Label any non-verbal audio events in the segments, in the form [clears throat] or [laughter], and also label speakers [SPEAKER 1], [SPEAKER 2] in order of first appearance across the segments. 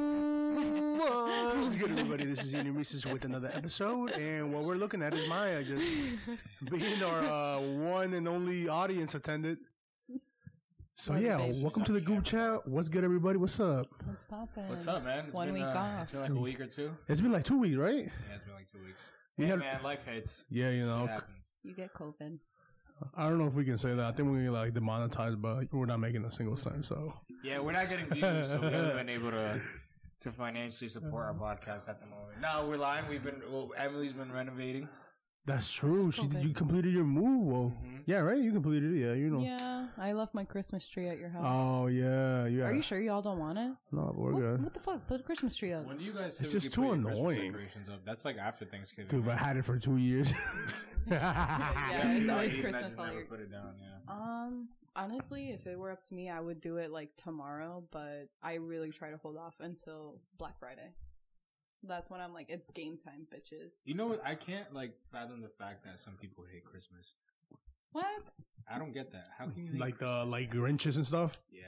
[SPEAKER 1] Ooh, what's good, everybody? This is Ian and Reese's with another episode, and what we're looking at is Maya just being our uh, one and only audience attendant. So
[SPEAKER 2] Or the
[SPEAKER 1] yeah,
[SPEAKER 2] babe.
[SPEAKER 1] welcome to the group chat. What's good, everybody? What's up?
[SPEAKER 2] What's poppin'?
[SPEAKER 3] What's up, man? It's
[SPEAKER 2] One
[SPEAKER 3] been,
[SPEAKER 2] week
[SPEAKER 3] uh,
[SPEAKER 2] off.
[SPEAKER 3] It's been like a week or two.
[SPEAKER 1] It's been like two weeks, right?
[SPEAKER 3] Yeah, it's been like two weeks.
[SPEAKER 1] We
[SPEAKER 3] Hey,
[SPEAKER 1] had-
[SPEAKER 3] man, life hits.
[SPEAKER 1] Yeah, you
[SPEAKER 3] Shit
[SPEAKER 1] know,
[SPEAKER 3] happens.
[SPEAKER 2] You get COVID.
[SPEAKER 1] I don't know if we can say that. I think we're gonna get like demonetized, but we're not making a single cent. So
[SPEAKER 3] Yeah, we're not getting views, so we haven't been able to to financially support our podcast at the moment. No, we're lying. We've been well, Emily's been renovating.
[SPEAKER 1] that's true. She
[SPEAKER 2] Okay.
[SPEAKER 1] you completed your move. Whoa.
[SPEAKER 3] Mhm.
[SPEAKER 1] Yeah, right. You completed it. Yeah, you know.
[SPEAKER 2] Yeah, I left my Christmas tree at your house.
[SPEAKER 1] Oh yeah, yeah. Oh,
[SPEAKER 2] Are you sure y'all don't want it?
[SPEAKER 1] No, but we're
[SPEAKER 2] What,
[SPEAKER 1] good.
[SPEAKER 2] what the fuck? Put a Christmas tree up.
[SPEAKER 3] When do you guys?
[SPEAKER 1] It's
[SPEAKER 3] typically
[SPEAKER 1] just too
[SPEAKER 3] put your Christmas
[SPEAKER 1] annoying.
[SPEAKER 3] Decorations up. That's like after Thanksgiving.
[SPEAKER 1] Dude, I
[SPEAKER 3] right?
[SPEAKER 1] had it for two years. [laughs]
[SPEAKER 2] Yeah, it's
[SPEAKER 3] I
[SPEAKER 2] always
[SPEAKER 3] hate that I
[SPEAKER 2] Christmas
[SPEAKER 3] just
[SPEAKER 2] all
[SPEAKER 3] never
[SPEAKER 2] year.
[SPEAKER 3] put it down. Yeah.
[SPEAKER 2] Um, honestly, if it were up to me, I would do it like tomorrow, but I really try to hold off until Black Friday. That's when I'm like, it's game time, bitches.
[SPEAKER 3] You know what? I can't like fathom the fact that some people hate Christmas.
[SPEAKER 2] What?
[SPEAKER 3] I don't get that. How can you hate
[SPEAKER 1] like the
[SPEAKER 3] Christmas?
[SPEAKER 1] like Grinches and stuff.
[SPEAKER 3] Yeah,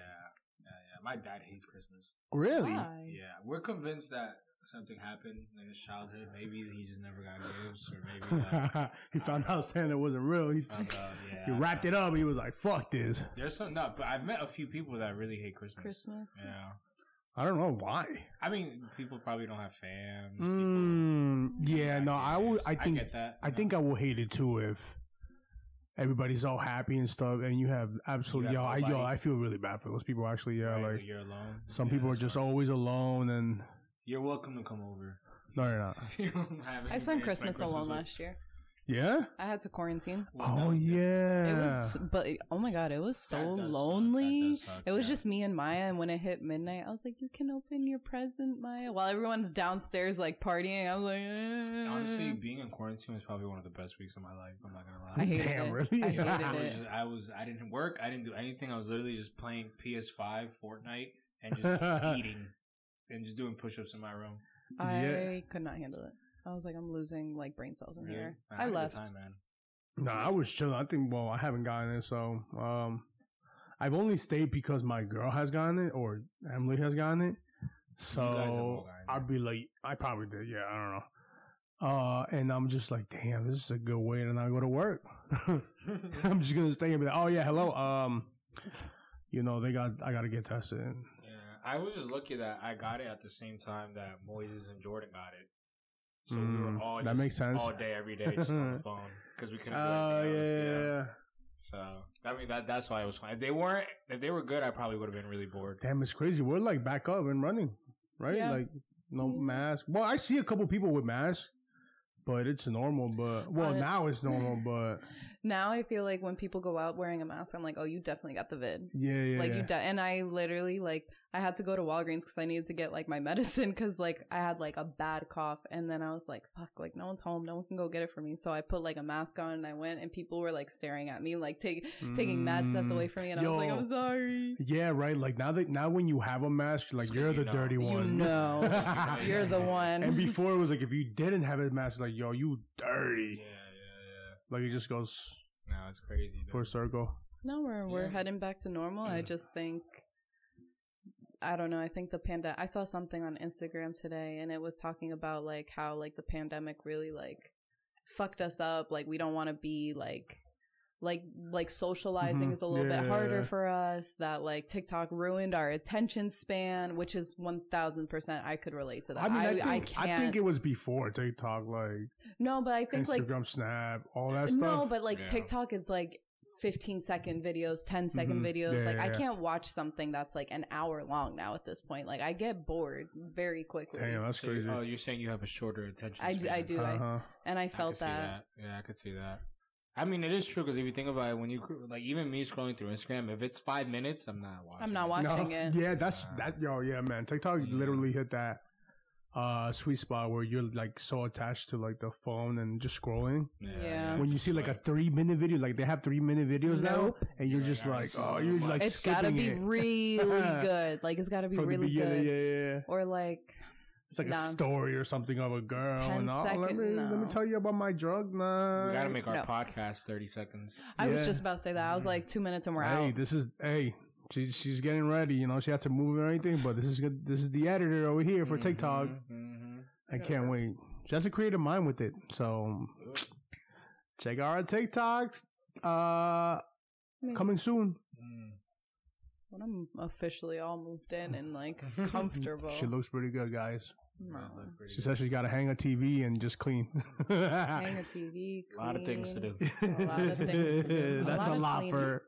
[SPEAKER 3] yeah, yeah. My dad hates Christmas.
[SPEAKER 1] Really?
[SPEAKER 2] Why?
[SPEAKER 3] Yeah, we're convinced that something happened in his childhood. Maybe he just never got gifts, or maybe
[SPEAKER 1] [laughs]
[SPEAKER 3] like,
[SPEAKER 1] [laughs] he found out Santa wasn't real. He,
[SPEAKER 3] found
[SPEAKER 1] [laughs]
[SPEAKER 3] out, yeah.
[SPEAKER 1] he wrapped it up. He was like, "Fuck this."
[SPEAKER 3] There's some no, but I've met a few people that really hate Christmas.
[SPEAKER 2] Christmas?
[SPEAKER 3] Yeah,
[SPEAKER 1] I don't know why.
[SPEAKER 3] I mean, people probably don't have fans.
[SPEAKER 1] Mm, yeah, no, I would. I think. I,
[SPEAKER 3] get that. you know?
[SPEAKER 1] think I will hate it too if everybody's all happy and stuff, and you have absolutely.
[SPEAKER 3] You
[SPEAKER 1] yo, I
[SPEAKER 3] have
[SPEAKER 1] yo,
[SPEAKER 3] nobody.
[SPEAKER 1] I feel really bad for those people. Actually, yeah,
[SPEAKER 3] Right,
[SPEAKER 1] like
[SPEAKER 3] you're alone.
[SPEAKER 1] some
[SPEAKER 3] Yeah,
[SPEAKER 1] people are
[SPEAKER 3] that's
[SPEAKER 1] just
[SPEAKER 3] fine.
[SPEAKER 1] always alone, and
[SPEAKER 3] You're welcome to come over. [laughs]
[SPEAKER 1] no, they're not.
[SPEAKER 3] If you don't have
[SPEAKER 2] I spent
[SPEAKER 3] anybody to spend
[SPEAKER 2] Christmas, alone
[SPEAKER 3] with-
[SPEAKER 2] last year.
[SPEAKER 1] Yeah.
[SPEAKER 2] I had to quarantine.
[SPEAKER 3] Well, that
[SPEAKER 1] Oh
[SPEAKER 3] was good.
[SPEAKER 1] yeah.
[SPEAKER 2] It was, but oh my god, it was
[SPEAKER 3] That
[SPEAKER 2] so
[SPEAKER 3] does suck. That
[SPEAKER 2] lonely.
[SPEAKER 3] does suck,
[SPEAKER 2] It was
[SPEAKER 3] yeah.
[SPEAKER 2] just me and Maya, and when it hit midnight, I was like, "You can open your present, Maya," while everyone's downstairs like partying. I was like, eh.
[SPEAKER 3] Honestly, being in quarantine was probably one of the best weeks of my life. I'm not gonna
[SPEAKER 1] [laughs]
[SPEAKER 3] lie.
[SPEAKER 2] I hated
[SPEAKER 1] Damn,
[SPEAKER 2] it. [laughs]
[SPEAKER 1] really?
[SPEAKER 2] I
[SPEAKER 3] I
[SPEAKER 2] hated
[SPEAKER 3] was,
[SPEAKER 2] it.
[SPEAKER 3] just, I was I didn't work. I didn't do anything. I was literally just playing PS5, Fortnite, and
[SPEAKER 1] [laughs]
[SPEAKER 3] just eating and just doing push-ups in my room.
[SPEAKER 2] I could not handle it. I was like, "I'm losing like brain cells in
[SPEAKER 3] Really,
[SPEAKER 2] here."
[SPEAKER 3] Man,
[SPEAKER 2] I
[SPEAKER 3] had a good
[SPEAKER 2] left.
[SPEAKER 3] time, man.
[SPEAKER 1] No, I was chilling. I think. Well, I haven't gotten it, so um, I've only stayed because my girl has gotten it or Emily has gotten it.
[SPEAKER 3] guys have all
[SPEAKER 1] So
[SPEAKER 3] gotten it.
[SPEAKER 1] I'd be like, I probably did. Yeah, I don't know. Uh, and I'm just like, damn, this is a good way to not go to work. [laughs] I'm just gonna stay and be like, oh yeah, hello. Um, you know, they got, I gotta get tested.
[SPEAKER 3] Yeah, I was just lucky that I got it at the same time that Moises and Jordan got it. So we were
[SPEAKER 1] Mm,
[SPEAKER 3] all
[SPEAKER 1] that
[SPEAKER 3] just
[SPEAKER 1] makes sense.
[SPEAKER 3] all day, every day,
[SPEAKER 1] [laughs]
[SPEAKER 3] just on the phone because we couldn't. do
[SPEAKER 1] Oh
[SPEAKER 3] anything else,
[SPEAKER 1] yeah.
[SPEAKER 3] So I mean, that that's why it was fun. If they weren't, if they were good, I probably would have been really bored.
[SPEAKER 1] Damn, it's crazy. We're like back up and running, right?
[SPEAKER 2] Yeah. Mm-hmm.
[SPEAKER 1] Like no
[SPEAKER 2] Yeah.
[SPEAKER 1] mask. Well, I see a couple people with masks, but it's normal. But well,
[SPEAKER 2] Honest-
[SPEAKER 1] now it's
[SPEAKER 2] [laughs]
[SPEAKER 1] normal. But
[SPEAKER 2] Now I feel like when people go out wearing a mask, I'm like, "Oh, you definitely got the vid."
[SPEAKER 1] yeah, yeah,
[SPEAKER 2] like
[SPEAKER 1] yeah.
[SPEAKER 2] you de- and i literally like i had to go to walgreens because i needed to get like my [laughs] medicine because like i had like a bad cough and then i was like fuck like no one's home no one can go get it for me so i put like a mask on and i went and people were like staring at me like take, taking mad steps
[SPEAKER 1] Mm,
[SPEAKER 2] away from me and i
[SPEAKER 1] yo.
[SPEAKER 2] was like i'm sorry
[SPEAKER 1] Yeah, right. Like now that now when you have a mask, like
[SPEAKER 3] It's 'cause
[SPEAKER 1] you're
[SPEAKER 3] you
[SPEAKER 1] the
[SPEAKER 3] know.
[SPEAKER 1] dirty
[SPEAKER 3] You
[SPEAKER 1] one.
[SPEAKER 3] [laughs]
[SPEAKER 2] know. you're the one [laughs]
[SPEAKER 1] and before it was like if you didn't have a mask, like yo, you
[SPEAKER 3] Yeah,
[SPEAKER 1] dirty.
[SPEAKER 3] yeah, yeah.
[SPEAKER 1] Like it just goes
[SPEAKER 3] No, it's crazy. though.
[SPEAKER 1] for a circle.
[SPEAKER 2] no we're we're
[SPEAKER 3] Yeah.
[SPEAKER 2] heading back to normal i just think I don't know. I think the pandemic. I saw something on Instagram today, and it was talking about like how like the pandemic really like fucked us up. Like we don't want to be like like like socializing
[SPEAKER 1] Mhm.
[SPEAKER 2] is a little bit
[SPEAKER 1] Yeah.
[SPEAKER 2] harder for us. That like TikTok ruined our attention span, which is one thousand percent. I could relate to that.
[SPEAKER 1] I mean, I,
[SPEAKER 2] I
[SPEAKER 1] think I,
[SPEAKER 2] can't.
[SPEAKER 1] think it was before TikTok, like
[SPEAKER 2] no, but I think like
[SPEAKER 1] Instagram, Snap, all that stuff.
[SPEAKER 2] no, but like
[SPEAKER 3] Yeah.
[SPEAKER 2] TikTok is like 15 second videos, 10 second
[SPEAKER 1] Mhm.
[SPEAKER 2] videos.
[SPEAKER 1] Yeah,
[SPEAKER 2] like
[SPEAKER 1] yeah,
[SPEAKER 2] I
[SPEAKER 1] yeah.
[SPEAKER 2] can't watch something that's like an hour long now at this point. Like I get bored very quickly.
[SPEAKER 1] Damn, that's
[SPEAKER 3] So you-
[SPEAKER 1] crazy.
[SPEAKER 3] Oh, you're saying you have a shorter attention
[SPEAKER 2] I, d-
[SPEAKER 3] span.
[SPEAKER 2] I do. I-
[SPEAKER 1] Uh-huh.
[SPEAKER 2] and I
[SPEAKER 3] I
[SPEAKER 2] felt
[SPEAKER 3] could see
[SPEAKER 2] that.
[SPEAKER 3] Yeah, I could see that. I mean, it is true because if you think about it, when you cr- like even me scrolling through Instagram, if it's five minutes, I'm not watching.
[SPEAKER 2] I'm not
[SPEAKER 3] it.
[SPEAKER 2] watching. watching it.
[SPEAKER 1] Yeah, that's that. Yo, yeah, man. TikTok
[SPEAKER 3] Yeah.
[SPEAKER 1] literally hit that uh sweet spot where you're like so attached to like the phone and just scrolling.
[SPEAKER 2] Yeah.
[SPEAKER 1] When you see like a three minute video, like they have three minute videos
[SPEAKER 2] Nope.
[SPEAKER 1] now, and you're
[SPEAKER 3] Yeah,
[SPEAKER 1] just
[SPEAKER 3] I
[SPEAKER 1] like,
[SPEAKER 3] see
[SPEAKER 1] oh,
[SPEAKER 3] so
[SPEAKER 1] you're
[SPEAKER 3] much.
[SPEAKER 1] like
[SPEAKER 2] It's gotta
[SPEAKER 1] skipping
[SPEAKER 2] be
[SPEAKER 1] it
[SPEAKER 2] really
[SPEAKER 1] [laughs]
[SPEAKER 2] good. Like it's gotta be
[SPEAKER 1] from the
[SPEAKER 2] really
[SPEAKER 1] beginning.
[SPEAKER 2] good.
[SPEAKER 1] Yeah, yeah, yeah.
[SPEAKER 2] Or like
[SPEAKER 1] It's like
[SPEAKER 2] Nah.
[SPEAKER 1] a story or something of a girl.
[SPEAKER 2] Ten
[SPEAKER 1] and oh, let
[SPEAKER 2] second-
[SPEAKER 1] me let me
[SPEAKER 2] no.
[SPEAKER 1] tell you about my drug. Nah,
[SPEAKER 3] we gotta make our
[SPEAKER 2] No.
[SPEAKER 3] podcast 30 seconds.
[SPEAKER 2] I
[SPEAKER 1] Yeah.
[SPEAKER 2] was just about to say that. I was like two minutes and we're
[SPEAKER 1] Hey,
[SPEAKER 2] out.
[SPEAKER 1] this is hey. She's she's getting ready. You know, she had to move and everything. But this is good. This is the editor over here for
[SPEAKER 2] Mm-hmm.
[SPEAKER 1] TikTok.
[SPEAKER 3] hmm
[SPEAKER 1] I can't wait. She has a creative mind with it. So check out our TikToks. Uh,
[SPEAKER 2] Maybe.
[SPEAKER 1] coming soon.
[SPEAKER 3] mm-hmm.
[SPEAKER 2] When I'm officially all moved in and
[SPEAKER 3] [laughs]
[SPEAKER 2] like comfortable.
[SPEAKER 1] She looks pretty good, guys.
[SPEAKER 2] No.
[SPEAKER 1] She says she's got to hang a TV and just clean.
[SPEAKER 2] Hang a TV.
[SPEAKER 3] A lot of things to
[SPEAKER 2] clean.
[SPEAKER 3] do.
[SPEAKER 2] lot of things
[SPEAKER 1] [laughs]
[SPEAKER 2] to do. A
[SPEAKER 1] That's a
[SPEAKER 2] lot of
[SPEAKER 1] lot
[SPEAKER 2] cleaning.
[SPEAKER 1] for. her.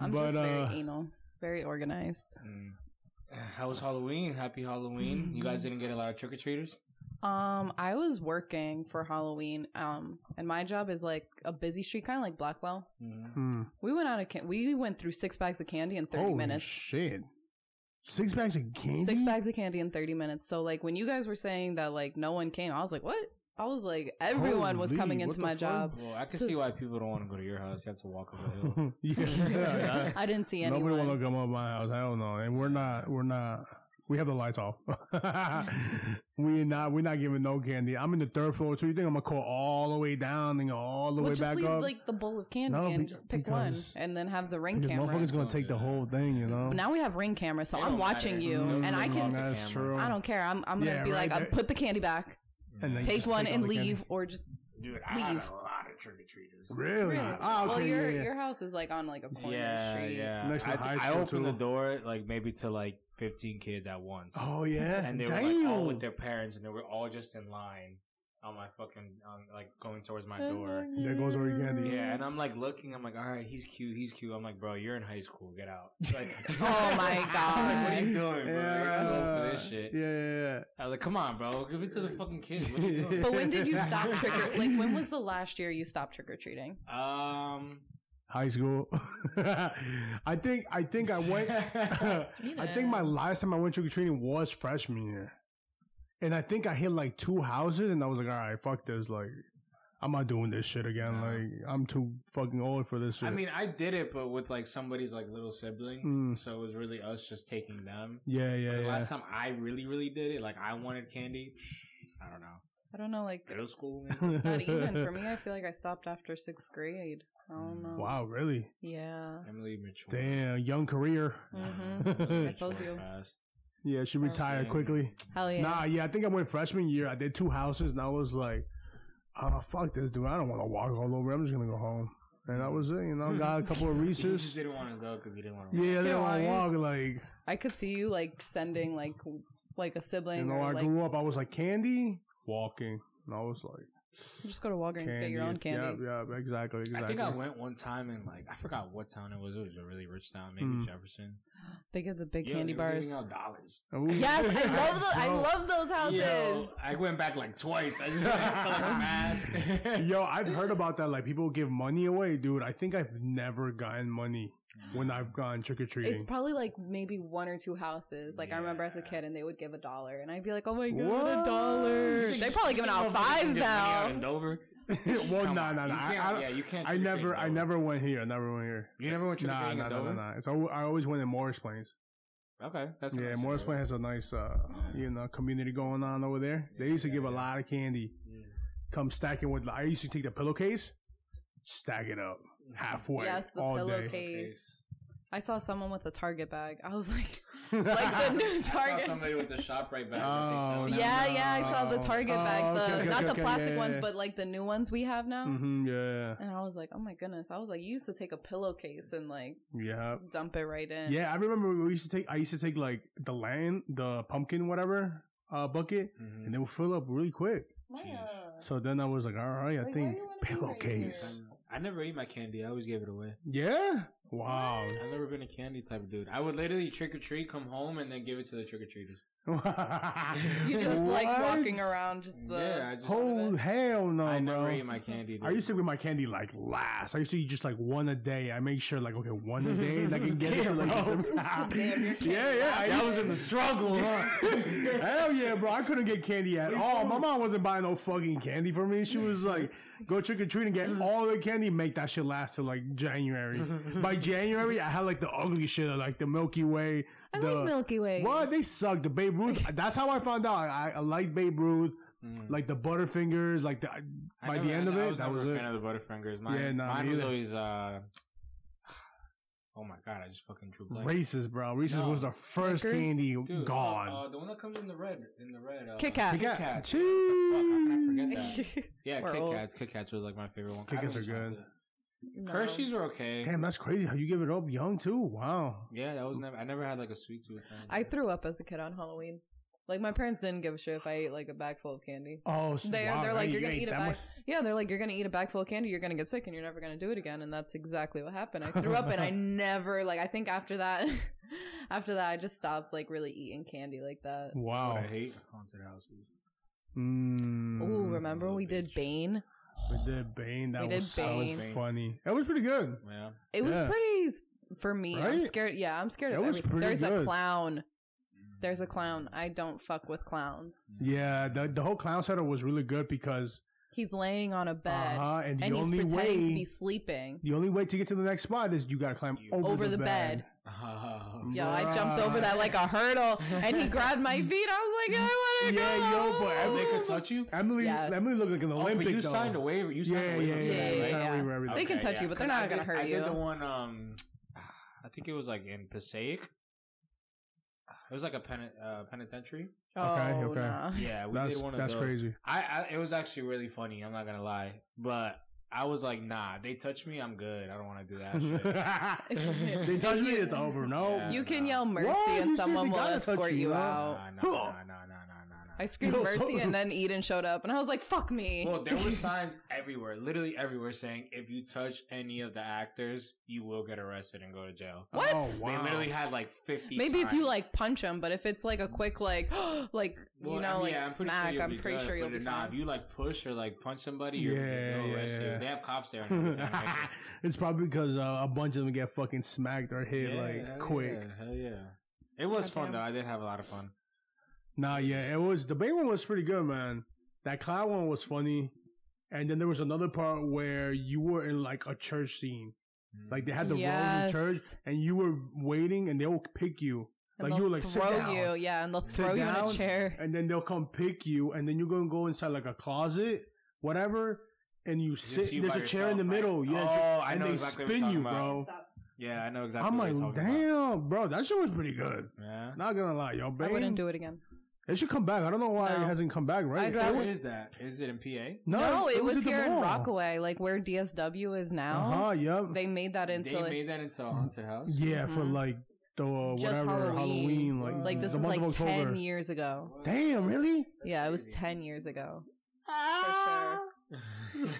[SPEAKER 2] I'm
[SPEAKER 1] but
[SPEAKER 2] just very
[SPEAKER 1] uh,
[SPEAKER 2] anal, very organized.
[SPEAKER 3] Mm. How was Halloween? Happy Halloween.
[SPEAKER 2] Mm-hmm.
[SPEAKER 3] You guys didn't get a lot of trick or treaters?
[SPEAKER 2] Um, I was working for Halloween. Um, and my job is like a busy street, kind of like Blackwell.
[SPEAKER 3] Mm-hmm.
[SPEAKER 1] hmm.
[SPEAKER 2] We went out of can- we went through six bags of candy in thirty
[SPEAKER 1] Holy
[SPEAKER 2] minutes.
[SPEAKER 1] Shit. Six bags of candy.
[SPEAKER 2] six bags of candy in 30 minutes. So like when you guys were saying that like no one came, I was like, what? I was like, everyone was
[SPEAKER 1] Holy,
[SPEAKER 2] coming
[SPEAKER 1] what
[SPEAKER 2] into
[SPEAKER 1] the
[SPEAKER 2] my
[SPEAKER 1] fuck?
[SPEAKER 2] job.
[SPEAKER 3] Well, I can see why people don't want to go to your house. You have to walk up a hill.
[SPEAKER 1] [laughs] yeah. yeah.
[SPEAKER 2] I didn't see
[SPEAKER 1] Nobody
[SPEAKER 2] anyone.
[SPEAKER 1] want to come up my house. I don't know. And we're not. We're not. We have the lights off. [laughs] we're not. We're not giving no candy. I'm in the third floor, so you think I'm gonna call all the way down and go all the
[SPEAKER 2] Well,
[SPEAKER 1] way
[SPEAKER 2] just
[SPEAKER 1] back
[SPEAKER 2] leave
[SPEAKER 1] up?
[SPEAKER 2] like the bowl of candy
[SPEAKER 1] No,
[SPEAKER 2] and
[SPEAKER 1] be-
[SPEAKER 2] just pick
[SPEAKER 1] because-
[SPEAKER 2] one and then have the ring
[SPEAKER 1] Because
[SPEAKER 2] camera.
[SPEAKER 1] motherfuckers gonna take the whole thing, you know.
[SPEAKER 2] But now we have ring camera, so
[SPEAKER 3] It
[SPEAKER 2] I'm
[SPEAKER 3] don't
[SPEAKER 2] watching
[SPEAKER 3] matter.
[SPEAKER 2] you
[SPEAKER 3] Those
[SPEAKER 2] and
[SPEAKER 3] are
[SPEAKER 2] I
[SPEAKER 3] wrong.
[SPEAKER 2] can.
[SPEAKER 1] That's
[SPEAKER 3] camera.
[SPEAKER 1] true.
[SPEAKER 2] I don't care. I'm, I'm gonna
[SPEAKER 1] Yeah,
[SPEAKER 2] be like,
[SPEAKER 1] right
[SPEAKER 2] I'll
[SPEAKER 1] there.
[SPEAKER 2] put the candy back,
[SPEAKER 1] And then
[SPEAKER 2] take
[SPEAKER 1] just
[SPEAKER 2] one,
[SPEAKER 1] take
[SPEAKER 2] and
[SPEAKER 1] all the candy.
[SPEAKER 2] leave, or just
[SPEAKER 3] Dude, I had
[SPEAKER 2] Leave.
[SPEAKER 3] a lot of trick or treaters.
[SPEAKER 1] Really?
[SPEAKER 2] Really?
[SPEAKER 1] Ah, okay,
[SPEAKER 2] well, your
[SPEAKER 1] yeah, yeah.
[SPEAKER 2] your house is like on like a corner
[SPEAKER 3] Yeah,
[SPEAKER 2] street.
[SPEAKER 3] yeah.
[SPEAKER 1] Next to
[SPEAKER 3] I,
[SPEAKER 1] high
[SPEAKER 3] I
[SPEAKER 1] school,
[SPEAKER 3] opened
[SPEAKER 1] too.
[SPEAKER 3] the door like maybe to like 15 kids at once.
[SPEAKER 1] Oh yeah.
[SPEAKER 3] and they
[SPEAKER 1] Damn.
[SPEAKER 3] were like oh, all
[SPEAKER 1] [laughs]
[SPEAKER 3] with their parents, and they were all just in line on my fucking um, like going towards my door.
[SPEAKER 2] [laughs]
[SPEAKER 1] There goes our candy.
[SPEAKER 3] Yeah, and I'm like looking. I'm like, all right, he's cute, he's cute. I'm like, bro, you're in high school, get
[SPEAKER 1] [laughs]
[SPEAKER 3] out. Like, [laughs]
[SPEAKER 2] Oh my
[SPEAKER 3] I'm like, what are you
[SPEAKER 2] God.
[SPEAKER 3] doing, bro? You're too old for this shit.
[SPEAKER 1] Yeah, yeah,
[SPEAKER 3] I was like, come on, bro, give it to the fucking kids. What are
[SPEAKER 1] [laughs]
[SPEAKER 3] you doing?
[SPEAKER 2] But when did you stop trick or like when was the last year you stopped trick or treating?
[SPEAKER 3] um,
[SPEAKER 1] High school. [laughs] I think I think
[SPEAKER 2] [laughs]
[SPEAKER 1] I went.
[SPEAKER 3] [laughs]
[SPEAKER 1] I think my last time I went trick or treating was freshman year, and I think I hit like two houses, and I was like, all right, fuck this, like. I'm not doing this shit again.
[SPEAKER 3] No.
[SPEAKER 1] Like I'm too fucking old for this shit.
[SPEAKER 3] I mean, I did it, but with like somebody's like little sibling,
[SPEAKER 1] Mm.
[SPEAKER 3] so it was really us just taking them.
[SPEAKER 1] yeah, yeah,
[SPEAKER 3] The
[SPEAKER 1] yeah.
[SPEAKER 3] last time I really, really did it, like I wanted candy. I don't know,
[SPEAKER 2] I don't know, like
[SPEAKER 3] middle school. maybe?
[SPEAKER 1] [laughs]
[SPEAKER 2] not even for me. I feel like I stopped after sixth grade. I don't know.
[SPEAKER 1] Wow, really?
[SPEAKER 2] Yeah.
[SPEAKER 3] Emily Mitchell.
[SPEAKER 1] Damn, young career.
[SPEAKER 2] Mhm.
[SPEAKER 3] Emily
[SPEAKER 2] I told
[SPEAKER 3] Mitchell
[SPEAKER 2] you.
[SPEAKER 3] fast.
[SPEAKER 1] Yeah, she retired
[SPEAKER 3] Okay.
[SPEAKER 1] quickly.
[SPEAKER 2] Hell yeah.
[SPEAKER 1] Nah, yeah, I think I went freshman year. I did two houses, and I was like, "Oh fuck this, dude! I don't want to walk all over. I'm just gonna go home." And that was it. You know, got a couple of
[SPEAKER 3] He just
[SPEAKER 1] Reese's.
[SPEAKER 3] didn't want to go because he didn't want to.
[SPEAKER 1] Yeah, they
[SPEAKER 2] Yeah,
[SPEAKER 1] don't want to
[SPEAKER 2] why?
[SPEAKER 1] walk. Like,
[SPEAKER 2] I could see you like sending like w- like a
[SPEAKER 1] you
[SPEAKER 2] sibling
[SPEAKER 1] know,
[SPEAKER 2] or
[SPEAKER 1] I
[SPEAKER 2] like
[SPEAKER 1] grew up. I was like candy walking, and I was like
[SPEAKER 2] just go to Walgreens get
[SPEAKER 1] candy.
[SPEAKER 2] your own candy.
[SPEAKER 1] Yeah, yeah, exactly, exactly.
[SPEAKER 3] I think I went one time and like I forgot what town it was. It was a really rich town, maybe
[SPEAKER 1] Mm.
[SPEAKER 3] Jefferson.
[SPEAKER 2] They get the big
[SPEAKER 3] Yo,
[SPEAKER 2] candy
[SPEAKER 3] they were
[SPEAKER 2] bars.
[SPEAKER 3] giving out dollars.
[SPEAKER 1] Ooh.
[SPEAKER 2] Yes,
[SPEAKER 1] [laughs]
[SPEAKER 2] I love those. I
[SPEAKER 1] Yo.
[SPEAKER 2] love those houses.
[SPEAKER 3] Yo, I went back like twice. I just went back for like a mask.
[SPEAKER 1] [laughs]
[SPEAKER 3] [laughs]
[SPEAKER 1] Yo, I've heard about that. Like people give money away, dude. I think I've never gotten money when I've gone trick or
[SPEAKER 2] It's
[SPEAKER 1] treating.
[SPEAKER 2] probably like maybe one or two houses. Like I remember as a
[SPEAKER 3] Yeah.
[SPEAKER 2] kid, and they would give a dollar, and I'd be like, "Oh my god,
[SPEAKER 1] What?
[SPEAKER 2] a dollar!" They probably giving out fives now.
[SPEAKER 1] [laughs] well,
[SPEAKER 3] Come
[SPEAKER 1] nah,
[SPEAKER 3] on.
[SPEAKER 1] nah,
[SPEAKER 3] You
[SPEAKER 1] nah. I,
[SPEAKER 3] can't-
[SPEAKER 1] I,
[SPEAKER 3] yeah, you can't
[SPEAKER 1] I
[SPEAKER 3] trick or
[SPEAKER 1] never,
[SPEAKER 3] treat in
[SPEAKER 1] I
[SPEAKER 3] Dover.
[SPEAKER 1] never went here. I never went here.
[SPEAKER 3] You never went trick or
[SPEAKER 1] Nah,
[SPEAKER 3] treating
[SPEAKER 1] nah,
[SPEAKER 3] in
[SPEAKER 1] nah, nah,
[SPEAKER 3] Dover?
[SPEAKER 1] nah. It's al- I always went in Morris Plains.
[SPEAKER 3] Okay, that's a
[SPEAKER 1] yeah,
[SPEAKER 3] nice
[SPEAKER 1] Morris
[SPEAKER 3] area.
[SPEAKER 1] Plains has a nice, uh, you know, community going on over there. They
[SPEAKER 3] Yeah,
[SPEAKER 1] used to
[SPEAKER 3] yeah,
[SPEAKER 1] give a
[SPEAKER 3] yeah.
[SPEAKER 1] lot of candy.
[SPEAKER 3] Yeah.
[SPEAKER 1] Come stacking with. I used to take the pillowcase, stack it up halfway
[SPEAKER 2] Yes, the
[SPEAKER 1] all [laughs] day.
[SPEAKER 2] pillowcase. [laughs] I saw someone with a Target bag. I was
[SPEAKER 1] [laughs]
[SPEAKER 2] like,
[SPEAKER 3] I
[SPEAKER 2] like the
[SPEAKER 3] saw-
[SPEAKER 2] new
[SPEAKER 3] I saw
[SPEAKER 2] Target.
[SPEAKER 3] somebody with the shop right back.
[SPEAKER 1] Oh, no.
[SPEAKER 2] Yeah, yeah, I saw the
[SPEAKER 1] Oh.
[SPEAKER 2] Target
[SPEAKER 1] Oh,
[SPEAKER 2] bag, the
[SPEAKER 1] okay, okay,
[SPEAKER 2] not
[SPEAKER 1] okay,
[SPEAKER 2] the
[SPEAKER 1] okay,
[SPEAKER 2] plastic
[SPEAKER 1] yeah, yeah,
[SPEAKER 2] ones,
[SPEAKER 1] yeah.
[SPEAKER 2] but like the new ones we have now.
[SPEAKER 1] hmm yeah,
[SPEAKER 2] And I was like, oh my goodness! I was like, you used to take a pillowcase and like
[SPEAKER 1] yeah,
[SPEAKER 2] dump it right in.
[SPEAKER 1] yeah. I remember we used to take. I used to take like the land, the pumpkin, whatever, uh, bucket,
[SPEAKER 3] Mm-hmm.
[SPEAKER 1] and they would fill up really quick.
[SPEAKER 2] Maya.
[SPEAKER 1] So then I was like, all right, I
[SPEAKER 2] Like, why
[SPEAKER 1] think
[SPEAKER 2] you wanna be right
[SPEAKER 1] pillowcase.
[SPEAKER 2] here?
[SPEAKER 3] I never eat my candy. I always gave it away.
[SPEAKER 1] Yeah. Wow.
[SPEAKER 3] I've never been a candy type of dude. I would literally trick or treat, come home, and then give it to the trick or treaters.
[SPEAKER 2] [laughs] You
[SPEAKER 1] [laughs]
[SPEAKER 2] just like walking
[SPEAKER 1] What?
[SPEAKER 2] around, just the
[SPEAKER 3] Yeah, I just.
[SPEAKER 1] Whole hell no,
[SPEAKER 3] I
[SPEAKER 1] Oh, bro.
[SPEAKER 3] never eat my candy. Dude.
[SPEAKER 1] I used to get my candy like last. I used to eat just like one a day. I make sure like okay, one a day, and I
[SPEAKER 3] [laughs]
[SPEAKER 1] can get it to like.
[SPEAKER 3] Damn,
[SPEAKER 1] [laughs] December.
[SPEAKER 2] Damn, your candy
[SPEAKER 1] yeah, yeah. I
[SPEAKER 3] That was in the struggle, huh?
[SPEAKER 1] [laughs] Hell yeah, bro! I couldn't get candy at
[SPEAKER 3] Me
[SPEAKER 1] all.
[SPEAKER 3] too.
[SPEAKER 1] My mom wasn't buying no fucking candy for me. She was like, "Go trick or treat and get all the candy. Make that shit last till like January."
[SPEAKER 3] Mm-hmm. [laughs]
[SPEAKER 1] By January, I had like the ugly shit, like the Milky Way.
[SPEAKER 2] I
[SPEAKER 1] the,
[SPEAKER 2] like Milky Way.
[SPEAKER 1] What they suck. The Babe
[SPEAKER 3] [laughs]
[SPEAKER 1] Ruth. That's how I found out. I, I like Babe Ruth,
[SPEAKER 3] Mm.
[SPEAKER 1] like the Butterfingers, like the. I,
[SPEAKER 3] I
[SPEAKER 1] by
[SPEAKER 3] never-
[SPEAKER 1] the end
[SPEAKER 3] I-
[SPEAKER 1] of
[SPEAKER 3] I
[SPEAKER 1] it,
[SPEAKER 3] was
[SPEAKER 1] that
[SPEAKER 3] never
[SPEAKER 1] was
[SPEAKER 3] a
[SPEAKER 1] it.
[SPEAKER 3] fan of the Butterfingers. Mine,
[SPEAKER 1] Yeah, nah,
[SPEAKER 3] mine
[SPEAKER 1] me
[SPEAKER 3] was
[SPEAKER 1] either.
[SPEAKER 3] always. Uh, [sighs] Oh my god, I just fucking drew blank.
[SPEAKER 1] Reese's, bro. Reese's
[SPEAKER 3] No.
[SPEAKER 1] was the first
[SPEAKER 2] Snickers?
[SPEAKER 1] candy
[SPEAKER 3] Dude,
[SPEAKER 1] gone.
[SPEAKER 3] Uh, uh, the one that comes in the red, in the red. Uh,
[SPEAKER 2] Kit Kat.
[SPEAKER 1] Kit Kat.
[SPEAKER 3] What the fuck? How can I
[SPEAKER 2] [laughs]
[SPEAKER 3] forget that?
[SPEAKER 2] no.
[SPEAKER 3] Yeah,
[SPEAKER 2] We're
[SPEAKER 3] Kit
[SPEAKER 2] old.
[SPEAKER 3] Kats. Kit Kats were like my favorite one.
[SPEAKER 1] Kit
[SPEAKER 3] I
[SPEAKER 1] Kats
[SPEAKER 3] don't
[SPEAKER 1] are
[SPEAKER 3] really chocolate. Hershey's were okay.
[SPEAKER 1] Damn, that's crazy how you give it up young too. Wow.
[SPEAKER 3] Yeah, that was never. I never had like a sweet tooth. thing.
[SPEAKER 2] I threw up as a kid on Halloween. Like my parents didn't give a shit if I ate like a bag full of candy.
[SPEAKER 1] Oh, s-
[SPEAKER 2] They,
[SPEAKER 1] wow,
[SPEAKER 2] they're like,
[SPEAKER 1] hey,
[SPEAKER 2] you're
[SPEAKER 1] you
[SPEAKER 2] gonna
[SPEAKER 1] ate
[SPEAKER 2] eat a
[SPEAKER 1] that
[SPEAKER 2] bag.
[SPEAKER 1] much-
[SPEAKER 2] Yeah, they're like, you're gonna eat a bag full of candy. You're gonna get sick, and you're never gonna do it again. And that's exactly what happened. I threw up, and
[SPEAKER 1] [laughs]
[SPEAKER 2] I never like. I think after that, [laughs] after that, I just stopped like really eating candy like that.
[SPEAKER 3] What
[SPEAKER 1] Wow.
[SPEAKER 3] I hate haunted houses.
[SPEAKER 1] Mm.
[SPEAKER 2] Ooh, remember when we did
[SPEAKER 3] bitch.
[SPEAKER 2] Bane?
[SPEAKER 1] We did Bane. That
[SPEAKER 2] We did
[SPEAKER 1] was so
[SPEAKER 2] Bane.
[SPEAKER 1] funny. That was pretty good.
[SPEAKER 3] Yeah.
[SPEAKER 2] It was
[SPEAKER 1] Yeah.
[SPEAKER 2] pretty for me. I'm
[SPEAKER 1] Right?
[SPEAKER 2] scared. Yeah, I'm scared
[SPEAKER 1] That
[SPEAKER 2] of
[SPEAKER 1] was
[SPEAKER 2] everything.
[SPEAKER 1] pretty
[SPEAKER 2] There's a
[SPEAKER 1] good.
[SPEAKER 2] clown. There's a clown. I don't fuck with clowns.
[SPEAKER 1] Yeah, the the whole clown setup was really good because
[SPEAKER 2] He's laying on a
[SPEAKER 1] uh
[SPEAKER 2] bed
[SPEAKER 1] huh, and the
[SPEAKER 2] and he's
[SPEAKER 1] only
[SPEAKER 2] pretending to
[SPEAKER 1] way
[SPEAKER 2] be sleeping.
[SPEAKER 1] the only way to get to the next spot is you gotta climb
[SPEAKER 3] You-
[SPEAKER 1] over, the, bed.
[SPEAKER 3] [laughs] Oh,
[SPEAKER 2] Yo, I jumped over that like a hurdle, and
[SPEAKER 1] [laughs]
[SPEAKER 2] he grabbed my feet. I was like, I want to
[SPEAKER 1] Yeah,
[SPEAKER 2] go.
[SPEAKER 1] yo, but I
[SPEAKER 3] they
[SPEAKER 1] think
[SPEAKER 3] could
[SPEAKER 1] it's-
[SPEAKER 3] touch you.
[SPEAKER 1] Emily,
[SPEAKER 2] Yes.
[SPEAKER 1] Emily looked like an
[SPEAKER 3] Oh,
[SPEAKER 1] Olympic.
[SPEAKER 3] but you
[SPEAKER 1] though.
[SPEAKER 3] signed a waiver. You signed
[SPEAKER 1] Yeah,
[SPEAKER 3] a waiver.
[SPEAKER 1] yeah,
[SPEAKER 3] for
[SPEAKER 1] yeah,
[SPEAKER 3] that,
[SPEAKER 2] Yeah,
[SPEAKER 1] you
[SPEAKER 2] yeah,
[SPEAKER 3] right?
[SPEAKER 1] signed a
[SPEAKER 2] yeah.
[SPEAKER 1] waiver, everything.
[SPEAKER 2] They can touch you, but they're
[SPEAKER 3] 'Cause I
[SPEAKER 2] not gonna
[SPEAKER 3] did-
[SPEAKER 2] hurt
[SPEAKER 3] I
[SPEAKER 2] you.
[SPEAKER 3] did the one. Um, [sighs] I think it was like in Passaic. It was like a pen, uh,
[SPEAKER 2] [laughs]
[SPEAKER 3] penitentiary.
[SPEAKER 1] Okay,
[SPEAKER 2] Oh,
[SPEAKER 1] okay.
[SPEAKER 2] nah.
[SPEAKER 3] Yeah, we
[SPEAKER 1] That's
[SPEAKER 3] did one of
[SPEAKER 1] that's
[SPEAKER 3] those.
[SPEAKER 1] crazy.
[SPEAKER 3] I, I it was actually really funny. I'm not gonna lie, but I was like, nah, they touch me, I'm good. I don't want to do that
[SPEAKER 1] [laughs]
[SPEAKER 2] [laughs]
[SPEAKER 3] shit.
[SPEAKER 1] they
[SPEAKER 3] [laughs]
[SPEAKER 1] touch me, it's over. No,
[SPEAKER 3] Yeah.
[SPEAKER 2] You can
[SPEAKER 3] Nah.
[SPEAKER 2] yell mercy,
[SPEAKER 1] Why? You
[SPEAKER 2] and
[SPEAKER 1] said
[SPEAKER 2] someone
[SPEAKER 1] they
[SPEAKER 2] will
[SPEAKER 1] gotta
[SPEAKER 2] escort
[SPEAKER 1] touch you,
[SPEAKER 2] you
[SPEAKER 1] huh?
[SPEAKER 3] Nah,
[SPEAKER 2] out.
[SPEAKER 3] nah, nah, nah, nah, nah, nah, nah.
[SPEAKER 2] I screamed
[SPEAKER 1] Yo,
[SPEAKER 2] mercy,
[SPEAKER 1] so-
[SPEAKER 2] and then Eden showed up, and I was like, "Fuck me."
[SPEAKER 3] Well, there
[SPEAKER 2] [laughs]
[SPEAKER 3] were signs everywhere, literally everywhere, saying if you touch any of the actors, you will get arrested and go to jail.
[SPEAKER 2] What?
[SPEAKER 1] Oh, wow.
[SPEAKER 3] They
[SPEAKER 1] [laughs]
[SPEAKER 3] literally had like 50.
[SPEAKER 2] Maybe if you
[SPEAKER 3] signs.
[SPEAKER 2] like punch him, but if it's like a quick like, [gasps] like
[SPEAKER 3] Well,
[SPEAKER 2] you
[SPEAKER 3] I
[SPEAKER 2] know,
[SPEAKER 3] mean,
[SPEAKER 2] like
[SPEAKER 3] yeah, I'm pretty
[SPEAKER 2] smack,
[SPEAKER 3] sure you'll
[SPEAKER 2] I'm
[SPEAKER 3] be
[SPEAKER 2] pretty
[SPEAKER 3] good,
[SPEAKER 2] sure you'll
[SPEAKER 3] but
[SPEAKER 2] be
[SPEAKER 3] nah,
[SPEAKER 2] fine.
[SPEAKER 3] If you like push or like punch somebody, you're
[SPEAKER 1] Yeah,
[SPEAKER 3] gonna
[SPEAKER 1] yeah,
[SPEAKER 3] get arrested.
[SPEAKER 1] yeah.
[SPEAKER 3] They have cops there. And
[SPEAKER 1] [laughs]
[SPEAKER 3] everything, right?
[SPEAKER 1] it's probably because uh, a bunch of them get fucking smacked or hit
[SPEAKER 3] Yeah,
[SPEAKER 1] like
[SPEAKER 3] hell
[SPEAKER 1] quick.
[SPEAKER 3] yeah, hell yeah. It was fun
[SPEAKER 2] Goddamn.
[SPEAKER 3] though. I did have a lot of fun.
[SPEAKER 1] Nah, yeah, it was the Bane one was pretty good, man. That clown one was funny, and then there was another part where you were in like a church scene, like they had the
[SPEAKER 2] Yes.
[SPEAKER 1] rows in church, and you were waiting, and they'll pick you, like,
[SPEAKER 2] And they'll
[SPEAKER 1] you were like, "Sit
[SPEAKER 2] throw
[SPEAKER 1] down."
[SPEAKER 2] you, yeah, and they'll
[SPEAKER 1] Sit
[SPEAKER 2] throw you in a
[SPEAKER 1] down.
[SPEAKER 2] chair.
[SPEAKER 1] and then they'll come pick you, and then you're gonna go inside like a closet, whatever, and you sit.
[SPEAKER 3] you
[SPEAKER 1] there's
[SPEAKER 3] by
[SPEAKER 1] a chair in the
[SPEAKER 3] yourself, right?
[SPEAKER 1] middle, yeah,
[SPEAKER 3] Oh, I
[SPEAKER 1] and
[SPEAKER 3] know
[SPEAKER 1] they
[SPEAKER 3] exactly what you're
[SPEAKER 1] spin you,
[SPEAKER 3] talking about.
[SPEAKER 1] bro.
[SPEAKER 3] Yeah, I know exactly.
[SPEAKER 1] I'm
[SPEAKER 3] what
[SPEAKER 1] like,
[SPEAKER 3] you're talking about.
[SPEAKER 1] damn, bro, that shit was pretty good.
[SPEAKER 3] Yeah.
[SPEAKER 1] Not gonna lie, yo,
[SPEAKER 2] I wouldn't
[SPEAKER 1] Bane,
[SPEAKER 2] do it again.
[SPEAKER 1] it should come back. I don't know why
[SPEAKER 2] No.
[SPEAKER 1] it hasn't come back, right?
[SPEAKER 2] I'd rather-
[SPEAKER 3] Where is that? Is it in PA?
[SPEAKER 2] No, it, was,
[SPEAKER 1] at the
[SPEAKER 2] here in
[SPEAKER 1] mall.
[SPEAKER 2] Rockaway, like where DSW is
[SPEAKER 1] Uh
[SPEAKER 2] now.
[SPEAKER 1] huh. Yep.
[SPEAKER 2] They made that into
[SPEAKER 3] they
[SPEAKER 2] like,
[SPEAKER 3] made that into a haunted house.
[SPEAKER 1] yeah, for
[SPEAKER 2] Mhm.
[SPEAKER 1] like the uh,
[SPEAKER 2] Just
[SPEAKER 1] whatever Halloween,
[SPEAKER 2] Halloween.
[SPEAKER 1] like,
[SPEAKER 2] like this
[SPEAKER 1] the
[SPEAKER 2] was
[SPEAKER 1] month
[SPEAKER 2] like
[SPEAKER 1] of October.
[SPEAKER 2] ten years ago.
[SPEAKER 1] Damn,
[SPEAKER 3] [laughs]
[SPEAKER 1] really? [laughs]
[SPEAKER 2] Yeah, it was
[SPEAKER 3] Oh, crazy.
[SPEAKER 2] ten years ago. Ah!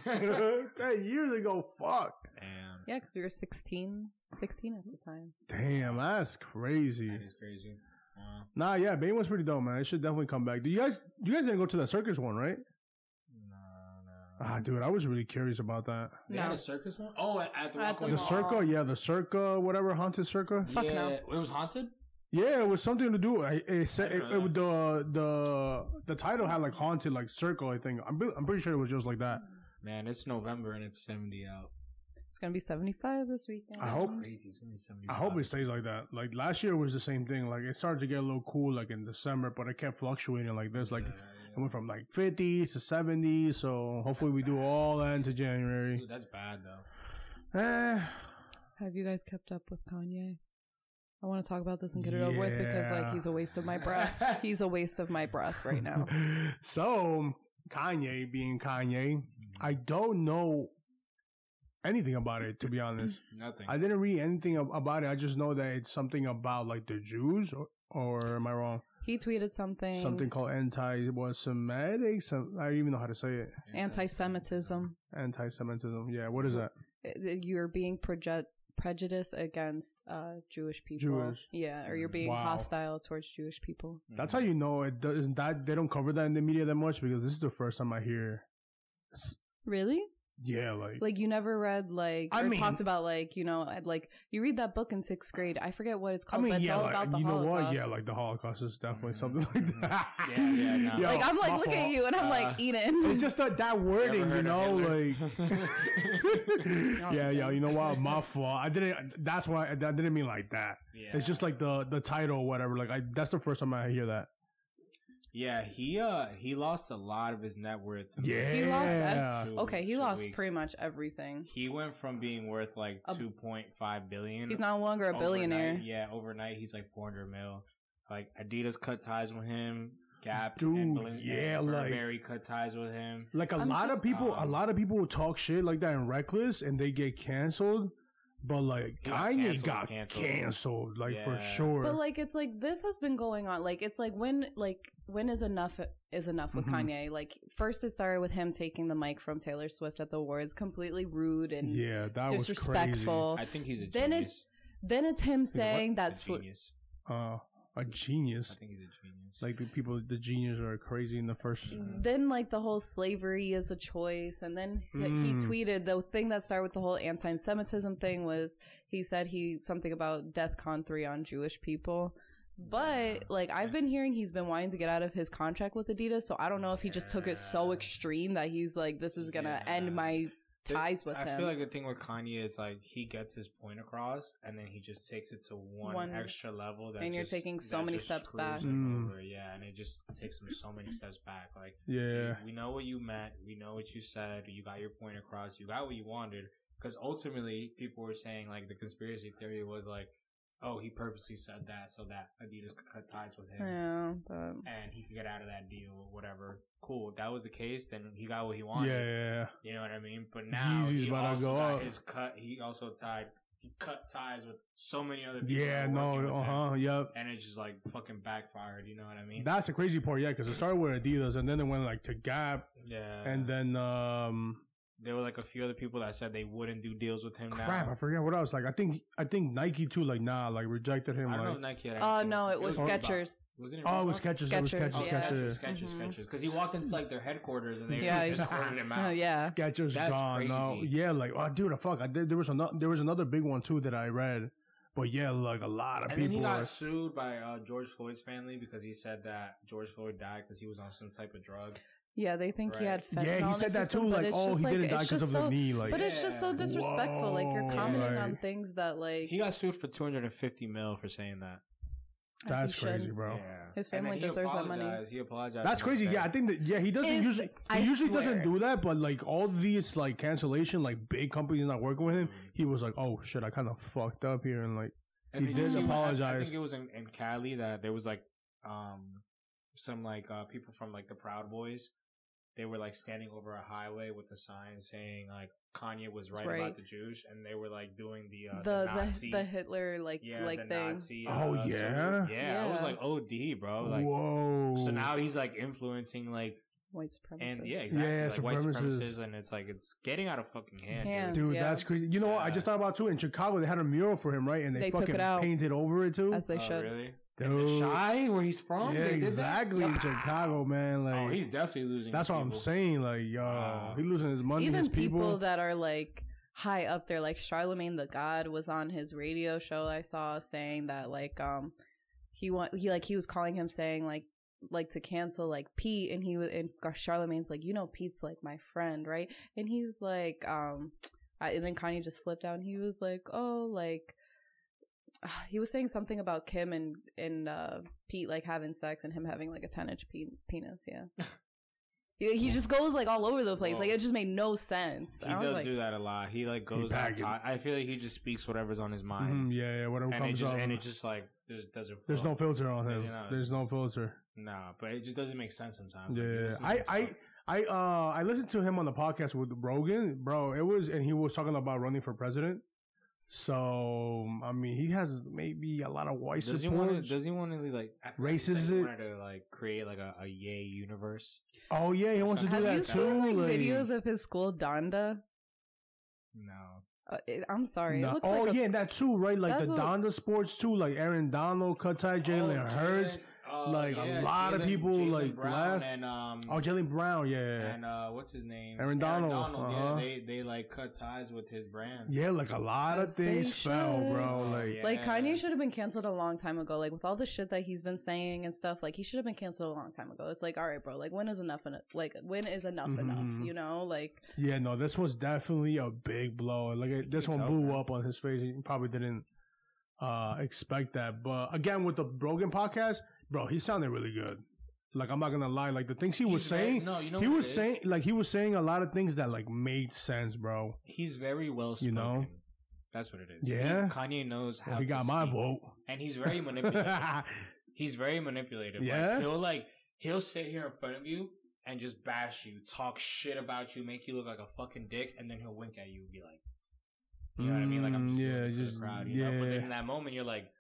[SPEAKER 2] For sure.
[SPEAKER 1] Ten years ago. Fuck.
[SPEAKER 3] Damn,
[SPEAKER 2] Yeah, because we were 16, 16 at the time.
[SPEAKER 1] Damn, that's
[SPEAKER 3] that
[SPEAKER 1] crazy.
[SPEAKER 3] is crazy. Wow.
[SPEAKER 1] Nah, yeah, Bane was pretty dope, man. It should definitely come back. Do you guys? You guys didn't go to that circus one, right?
[SPEAKER 3] No, no.
[SPEAKER 1] Ah, dude, I was really curious about that.
[SPEAKER 3] They had
[SPEAKER 2] No.
[SPEAKER 3] a circus one. Oh, at, at the
[SPEAKER 2] At
[SPEAKER 1] The
[SPEAKER 2] the
[SPEAKER 3] Rockaway
[SPEAKER 2] mall.
[SPEAKER 3] Mall.
[SPEAKER 1] circa, yeah, the circa, whatever haunted circa.
[SPEAKER 2] Fuck
[SPEAKER 3] yeah,
[SPEAKER 2] no.
[SPEAKER 3] it was haunted.
[SPEAKER 1] Yeah, it was something to do. I, it said
[SPEAKER 3] I
[SPEAKER 1] it,
[SPEAKER 3] didn't know
[SPEAKER 1] it- the the the title had like haunted like circle. I think I'm pre- I'm pretty sure it was just like that.
[SPEAKER 3] Man, it's November and it's seventy out.
[SPEAKER 2] It's gonna be seventy five this weekend.
[SPEAKER 1] I hope-
[SPEAKER 3] Crazy. It's gonna be seventy.
[SPEAKER 1] I hope it stays like that. Like last year was the same thing. Like it started to get a little cool like in December, but it kept fluctuating like this. Like it went from like 50s to 70s. So hopefully we do all that into January.
[SPEAKER 3] Dude, that's bad though.
[SPEAKER 1] Eh, [laughs]
[SPEAKER 2] Have you guys kept up with Kanye? I want to talk about this and get it over with because like
[SPEAKER 1] Yeah.
[SPEAKER 2] he's a waste of my breath. he's a waste of my breath right now.
[SPEAKER 3] [laughs]
[SPEAKER 1] so Kanye being Kanye, I don't know anything about it to be honest.
[SPEAKER 3] Nothing.
[SPEAKER 1] I didn't read anything ab- about it. I just know that it's something about like the Jews, or, or am I wrong?
[SPEAKER 2] He tweeted something.
[SPEAKER 1] Something called anti was Semitic. Some, I don't even know how to say it.
[SPEAKER 3] uh,
[SPEAKER 2] anti-Semitism.
[SPEAKER 1] Anti-Semitism. Yeah, what is that?
[SPEAKER 3] Mm-hmm.
[SPEAKER 2] Uh, You're being proje- prejudiced against uh, Jewish people.
[SPEAKER 1] Jewish.
[SPEAKER 2] Yeah, or you're being
[SPEAKER 1] Wow.
[SPEAKER 2] hostile towards Jewish people.
[SPEAKER 1] That's how you know it doesn't. That they don't cover that in the media that much because this is the first time I hear.
[SPEAKER 2] Really?
[SPEAKER 1] Yeah, like,
[SPEAKER 2] Like you never read like
[SPEAKER 1] I
[SPEAKER 2] or
[SPEAKER 1] mean-
[SPEAKER 2] talked about like you know I'd like you read that book in sixth grade. I forget what it's
[SPEAKER 1] I
[SPEAKER 2] called.
[SPEAKER 1] mean,
[SPEAKER 2] but it's
[SPEAKER 1] yeah,
[SPEAKER 2] all
[SPEAKER 1] like,
[SPEAKER 2] about the
[SPEAKER 1] you know what?
[SPEAKER 2] Holocaust.
[SPEAKER 1] Yeah, like the Holocaust is definitely
[SPEAKER 3] Mhm.
[SPEAKER 1] something like that.
[SPEAKER 3] Yeah, yeah,
[SPEAKER 1] [laughs]
[SPEAKER 3] no.
[SPEAKER 1] Yo,
[SPEAKER 2] Like, I'm like
[SPEAKER 1] my
[SPEAKER 2] look at
[SPEAKER 1] fault.
[SPEAKER 2] you and I'm
[SPEAKER 3] Uh,
[SPEAKER 2] like Eden.
[SPEAKER 1] It's just that that wording, you know, like. [laughs]
[SPEAKER 2] [laughs]
[SPEAKER 3] [laughs]
[SPEAKER 1] yeah, yeah, you know what? My fault. I didn't. That's why I, I didn't mean like that. It's just like the the title, or whatever. Like I, that's the first time I hear that.
[SPEAKER 3] Yeah, he uh he lost a lot of his net worth. in the
[SPEAKER 1] Yeah.
[SPEAKER 2] He lost
[SPEAKER 3] last
[SPEAKER 2] [laughs]
[SPEAKER 3] two-
[SPEAKER 2] Okay, he
[SPEAKER 3] two
[SPEAKER 2] lost
[SPEAKER 3] weeks.
[SPEAKER 2] pretty much everything.
[SPEAKER 3] He went from being worth like
[SPEAKER 2] A-
[SPEAKER 3] two point five billion.
[SPEAKER 2] He's no longer a billionaire.
[SPEAKER 3] Overnight, yeah, overnight he's like four hundred mil. Like Adidas cut ties with him. Gap
[SPEAKER 1] Dude,
[SPEAKER 3] and Balenciaga
[SPEAKER 1] yeah,
[SPEAKER 3] and
[SPEAKER 1] like-
[SPEAKER 3] Burberry cut ties with him.
[SPEAKER 1] Like a
[SPEAKER 2] I'm
[SPEAKER 1] lot of
[SPEAKER 2] just-
[SPEAKER 1] people, a
[SPEAKER 3] Um,
[SPEAKER 1] lot of people will talk shit like that in Reckless, and they get canceled. But like
[SPEAKER 3] He got
[SPEAKER 1] Kanye
[SPEAKER 3] canceled,
[SPEAKER 1] got canceled,
[SPEAKER 3] canceled.
[SPEAKER 1] like for
[SPEAKER 3] Yeah.
[SPEAKER 1] sure.
[SPEAKER 2] But like it's like this has been going on. Like it's like when like when is enough is enough with
[SPEAKER 1] Mhm.
[SPEAKER 2] Kanye? Like first it started with him taking the mic from Taylor Swift at the awards, completely rude and
[SPEAKER 1] yeah, that was crazy.
[SPEAKER 2] disrespectful.
[SPEAKER 3] I think he's a
[SPEAKER 2] Then
[SPEAKER 3] genius.
[SPEAKER 2] Then it's him
[SPEAKER 1] what?
[SPEAKER 2] saying
[SPEAKER 3] A
[SPEAKER 2] that. Sl-
[SPEAKER 3] genius.
[SPEAKER 1] Uh, a
[SPEAKER 3] I
[SPEAKER 1] genius.
[SPEAKER 3] think he's a genius.
[SPEAKER 1] Like the people, the genius are crazy in the first.
[SPEAKER 3] Mhm.
[SPEAKER 2] then like the whole slavery is a choice, and then he-
[SPEAKER 1] Mm.
[SPEAKER 2] he tweeted the thing that started with the whole anti-Semitism thing was he said he something about Death Con three on Jewish people. But
[SPEAKER 3] Yeah.
[SPEAKER 2] like I've been hearing he's been wanting to get out of his contract with Adidas, so I don't know if he just took it so
[SPEAKER 3] Yeah.
[SPEAKER 2] extreme that he's like, This is gonna
[SPEAKER 3] Yeah.
[SPEAKER 2] end my
[SPEAKER 3] Th-
[SPEAKER 2] ties with
[SPEAKER 3] I
[SPEAKER 2] him.
[SPEAKER 3] feel like the thing with Kanye is like he gets his point across, and then he just takes it to one,
[SPEAKER 2] One-
[SPEAKER 3] extra level. That
[SPEAKER 2] and you're
[SPEAKER 3] just-
[SPEAKER 2] taking so
[SPEAKER 3] that
[SPEAKER 2] many
[SPEAKER 3] just
[SPEAKER 2] steps
[SPEAKER 3] screws
[SPEAKER 2] back.
[SPEAKER 1] Mm.
[SPEAKER 3] him over, Yeah, and it just takes him so many steps back. Like
[SPEAKER 1] Yeah,
[SPEAKER 3] we know what you meant, we know what you said, you got your point across, you got what you wanted. Because ultimately, people were saying like the conspiracy theory was like, oh, he purposely said that so that Adidas could cut ties with him
[SPEAKER 2] yeah, but
[SPEAKER 3] and he could get out of that deal or whatever. Cool, if that was the case, then he got what he
[SPEAKER 1] yeah,
[SPEAKER 3] wanted.
[SPEAKER 1] yeah.
[SPEAKER 3] You know what I mean? But now
[SPEAKER 1] Yeezy's
[SPEAKER 3] he
[SPEAKER 1] about to
[SPEAKER 3] also
[SPEAKER 1] go
[SPEAKER 3] got
[SPEAKER 1] up.
[SPEAKER 3] his cut. He also tied. He cut ties with so many other people.
[SPEAKER 1] Yeah,
[SPEAKER 3] that were working
[SPEAKER 1] no,
[SPEAKER 3] with
[SPEAKER 1] uh
[SPEAKER 3] him,
[SPEAKER 1] huh, yep.
[SPEAKER 3] And it's just like fucking backfired. You know what I mean?
[SPEAKER 1] That's the crazy part, yeah, because it started with Adidas, and then it went like to Gap,
[SPEAKER 3] yeah.
[SPEAKER 1] and then um,
[SPEAKER 3] there were like a few other people that said they wouldn't do deals with him.
[SPEAKER 1] crap,
[SPEAKER 3] now.
[SPEAKER 1] I forget what else. Like I think, I think Nike too, like nah, like rejected him. like,
[SPEAKER 3] I don't know if Nike. had
[SPEAKER 2] oh
[SPEAKER 3] anything
[SPEAKER 2] no,
[SPEAKER 3] with
[SPEAKER 2] it was
[SPEAKER 3] Reebok.
[SPEAKER 2] Skechers.
[SPEAKER 3] Wasn't it?
[SPEAKER 1] Oh, it
[SPEAKER 3] Reebok?
[SPEAKER 1] was Skechers. It was
[SPEAKER 2] Skechers,
[SPEAKER 1] Skechers.
[SPEAKER 3] Oh,
[SPEAKER 2] yeah.
[SPEAKER 1] Skechers.
[SPEAKER 3] Skechers, Skechers,
[SPEAKER 2] Mhm.
[SPEAKER 3] Skechers. Because he walked into like their headquarters and they
[SPEAKER 2] Yeah,
[SPEAKER 3] just
[SPEAKER 1] he's-
[SPEAKER 3] ordered him out.
[SPEAKER 2] Oh [laughs] yeah.
[SPEAKER 1] Skechers
[SPEAKER 3] That's
[SPEAKER 1] gone. No,
[SPEAKER 3] crazy.
[SPEAKER 1] yeah, like oh, dude, fuck. I did, there was another, there was another big one too that I read, but yeah, like a lot of
[SPEAKER 3] And then he
[SPEAKER 1] people.
[SPEAKER 3] got
[SPEAKER 1] are-
[SPEAKER 3] sued by uh, George Floyd's family because he said that George Floyd died because he was on some type of drug.
[SPEAKER 2] Yeah, they think he had fentanyl
[SPEAKER 3] Right.
[SPEAKER 1] yeah,
[SPEAKER 2] in
[SPEAKER 1] he
[SPEAKER 2] his
[SPEAKER 1] said that
[SPEAKER 2] system,
[SPEAKER 1] too.
[SPEAKER 2] but
[SPEAKER 1] Like,
[SPEAKER 2] it's
[SPEAKER 1] oh,
[SPEAKER 2] just,
[SPEAKER 1] he
[SPEAKER 2] like,
[SPEAKER 1] didn't die
[SPEAKER 2] it's
[SPEAKER 1] because
[SPEAKER 2] just
[SPEAKER 1] of the
[SPEAKER 2] so-
[SPEAKER 1] knee. Like,
[SPEAKER 2] But it's just so
[SPEAKER 3] Yeah.
[SPEAKER 2] disrespectful. Like you're
[SPEAKER 1] Whoa.
[SPEAKER 2] commenting on
[SPEAKER 1] Like-
[SPEAKER 2] things that like
[SPEAKER 3] He got sued for 250 mil for saying that.
[SPEAKER 2] as
[SPEAKER 1] that's
[SPEAKER 2] he should.
[SPEAKER 1] crazy, bro.
[SPEAKER 2] His
[SPEAKER 3] And then
[SPEAKER 2] family
[SPEAKER 3] he
[SPEAKER 2] deserves that money.
[SPEAKER 3] apologized. He apologized.
[SPEAKER 1] That's
[SPEAKER 3] the
[SPEAKER 1] crazy.
[SPEAKER 3] next day.
[SPEAKER 1] Yeah, I think that. Yeah, he doesn't
[SPEAKER 2] If-
[SPEAKER 1] usually. He
[SPEAKER 2] I
[SPEAKER 1] usually
[SPEAKER 2] swear.
[SPEAKER 1] doesn't do that, but like all these like cancellation, like big companies not working with him, he was like, "Oh shit, I kind of fucked up here," and like,
[SPEAKER 3] And
[SPEAKER 1] he
[SPEAKER 3] did
[SPEAKER 2] did
[SPEAKER 3] see what happened- I
[SPEAKER 1] apologize.
[SPEAKER 3] think it was in, in Cali that there was like um some like uh, people from like the Proud Boys. They were like standing over a highway with a sign saying like Kanye was right,
[SPEAKER 2] Right.
[SPEAKER 3] about the Jews, and they were like doing the uh, the,
[SPEAKER 2] the
[SPEAKER 3] Nazi
[SPEAKER 2] the the Hitler like
[SPEAKER 3] yeah
[SPEAKER 2] like
[SPEAKER 3] the
[SPEAKER 2] thing.
[SPEAKER 3] Nazi.
[SPEAKER 1] Oh, yeah?
[SPEAKER 3] uh, salute. yeah. I was
[SPEAKER 2] Yeah.
[SPEAKER 3] like, OD, bro. Oh, Like,
[SPEAKER 1] whoa.
[SPEAKER 3] so now he's like influencing like
[SPEAKER 2] White supremacists.
[SPEAKER 3] and yeah, exactly,
[SPEAKER 1] Yeah,
[SPEAKER 3] like white
[SPEAKER 1] supremacists.
[SPEAKER 3] supremacists, and it's like it's getting out of fucking hand.
[SPEAKER 2] Hand.
[SPEAKER 3] Dude.
[SPEAKER 1] Dude,
[SPEAKER 2] Yeah.
[SPEAKER 1] that's crazy. You know what? I just
[SPEAKER 3] Yeah.
[SPEAKER 1] thought about too. In Chicago, they had a mural for him, right? And they,
[SPEAKER 2] They took
[SPEAKER 1] fucking
[SPEAKER 2] it out.
[SPEAKER 1] painted over it too.
[SPEAKER 2] as they
[SPEAKER 3] Oh,
[SPEAKER 2] should.
[SPEAKER 3] really?
[SPEAKER 1] Dude.
[SPEAKER 3] Shy, where he's from?
[SPEAKER 1] yeah,
[SPEAKER 3] Oh, They did that?
[SPEAKER 1] exactly. In Chicago, man, like
[SPEAKER 3] oh, he's definitely losing.
[SPEAKER 1] that's
[SPEAKER 3] his
[SPEAKER 1] what I'm
[SPEAKER 3] people.
[SPEAKER 1] saying. Like, yo,
[SPEAKER 3] Wow.
[SPEAKER 1] he losing his money.
[SPEAKER 2] Even
[SPEAKER 1] his
[SPEAKER 2] people,
[SPEAKER 1] people,
[SPEAKER 2] that are like high up there, like Charlemagne the God was on his radio show I saw saying that like um he want he like he was calling him saying like like to cancel like Pete and he was and Charlemagne's like you know Pete's like my friend right and he's like um I, and then Kanye just flipped out and he was like oh like [sighs] he was saying something about Kim and and uh, Pete like having sex and him having like a ten inch pe- penis.
[SPEAKER 3] [laughs]
[SPEAKER 2] Yeah, he, he just goes like all over the place. Like
[SPEAKER 3] Whoa.
[SPEAKER 2] it just made no sense.
[SPEAKER 3] He
[SPEAKER 2] I was
[SPEAKER 3] does
[SPEAKER 2] like,
[SPEAKER 3] do that a lot. He like goes. on
[SPEAKER 1] bagged it.
[SPEAKER 3] top. I feel like he just speaks whatever's on his
[SPEAKER 1] Mhm,
[SPEAKER 3] mind,
[SPEAKER 1] yeah, yeah, whatever
[SPEAKER 3] and it
[SPEAKER 1] comes
[SPEAKER 3] just
[SPEAKER 1] up.
[SPEAKER 3] and it just like there's doesn't.
[SPEAKER 1] There's
[SPEAKER 3] flow.
[SPEAKER 1] no filter on him.
[SPEAKER 3] You know,
[SPEAKER 1] There's no
[SPEAKER 3] it's-
[SPEAKER 1] filter.
[SPEAKER 3] Nah, but it just doesn't make sense sometimes. Like, you
[SPEAKER 1] Yeah,
[SPEAKER 3] listen to
[SPEAKER 1] I,
[SPEAKER 3] him
[SPEAKER 1] I,
[SPEAKER 3] talk.
[SPEAKER 1] I, uh, I listened to him on the podcast with Rogan, bro. It was, and he was talking about running for president. So, I mean, he has maybe a lot of white
[SPEAKER 3] does he
[SPEAKER 1] support.
[SPEAKER 3] want to? Does he want to like I feel like he said
[SPEAKER 1] Racism.
[SPEAKER 3] He wanted to like create like a, a yay universe.
[SPEAKER 1] oh yeah, he wants to do
[SPEAKER 2] have you
[SPEAKER 1] that
[SPEAKER 2] seen
[SPEAKER 1] too.
[SPEAKER 2] like,
[SPEAKER 1] like-
[SPEAKER 2] videos of his school Donda?
[SPEAKER 3] No,
[SPEAKER 2] Uh, it, I'm sorry.
[SPEAKER 1] No.
[SPEAKER 2] It looks
[SPEAKER 1] oh
[SPEAKER 2] like a-
[SPEAKER 1] yeah, and that too, right? Like the
[SPEAKER 2] That's what-
[SPEAKER 1] Donda sports too, like Aaron Donald, Kutai, Jalen
[SPEAKER 3] Oh,
[SPEAKER 1] Hurts.
[SPEAKER 3] Jalen- oh,
[SPEAKER 1] like, a lot of people, like,
[SPEAKER 3] Brown
[SPEAKER 1] laugh.
[SPEAKER 3] and um
[SPEAKER 1] Oh, Jalen Brown, yeah,
[SPEAKER 3] and uh what's his name
[SPEAKER 1] Aaron Donald, uh-huh.
[SPEAKER 3] yeah, they they like cut ties with his brand.
[SPEAKER 1] yeah. Like a lot of
[SPEAKER 2] Yes, they
[SPEAKER 1] things fell,
[SPEAKER 2] should.
[SPEAKER 1] bro.
[SPEAKER 3] Oh,
[SPEAKER 1] Like
[SPEAKER 3] yeah.
[SPEAKER 2] Like Kanye should have been canceled a long time ago. Like with all the shit that he's been saying and stuff, like he should have been canceled a long time ago. It's like, all right, bro. Like when is enough enough? Like when is enough
[SPEAKER 1] Mhm.
[SPEAKER 2] enough? You know, like
[SPEAKER 1] Yeah, no, this was definitely a big blow. Like it- this
[SPEAKER 3] It's
[SPEAKER 1] one blew
[SPEAKER 3] over.
[SPEAKER 1] up on his face. He probably didn't uh expect that. But again, with the Brogan podcast, bro, he sounded really good. Like I'm not gonna lie, like the things he was
[SPEAKER 3] He's very-
[SPEAKER 1] saying,
[SPEAKER 3] no, you know
[SPEAKER 1] he
[SPEAKER 3] what
[SPEAKER 1] was
[SPEAKER 3] it is?
[SPEAKER 1] saying like he was saying a lot of things that like made sense, bro.
[SPEAKER 3] he's very well spoken.
[SPEAKER 1] know?
[SPEAKER 3] that's what it is.
[SPEAKER 1] Yeah.
[SPEAKER 3] Kanye knows how.
[SPEAKER 1] Well, he
[SPEAKER 3] to
[SPEAKER 1] got my
[SPEAKER 3] speak.
[SPEAKER 1] vote.
[SPEAKER 3] and he's very
[SPEAKER 1] [laughs]
[SPEAKER 3] manipulative.
[SPEAKER 1] yeah,
[SPEAKER 3] he's very manipulative.
[SPEAKER 1] Yeah?
[SPEAKER 3] like, he'll like he'll sit here in front of you and just bash you, talk shit about you, make you look like a fucking dick, and then he'll wink at you and be like, you know what I mean? Like I'm
[SPEAKER 1] Mm,
[SPEAKER 3] just doing
[SPEAKER 1] yeah,
[SPEAKER 3] it for
[SPEAKER 1] just-
[SPEAKER 3] the crowd, you know. But
[SPEAKER 1] yeah.
[SPEAKER 3] then in that moment, you're like,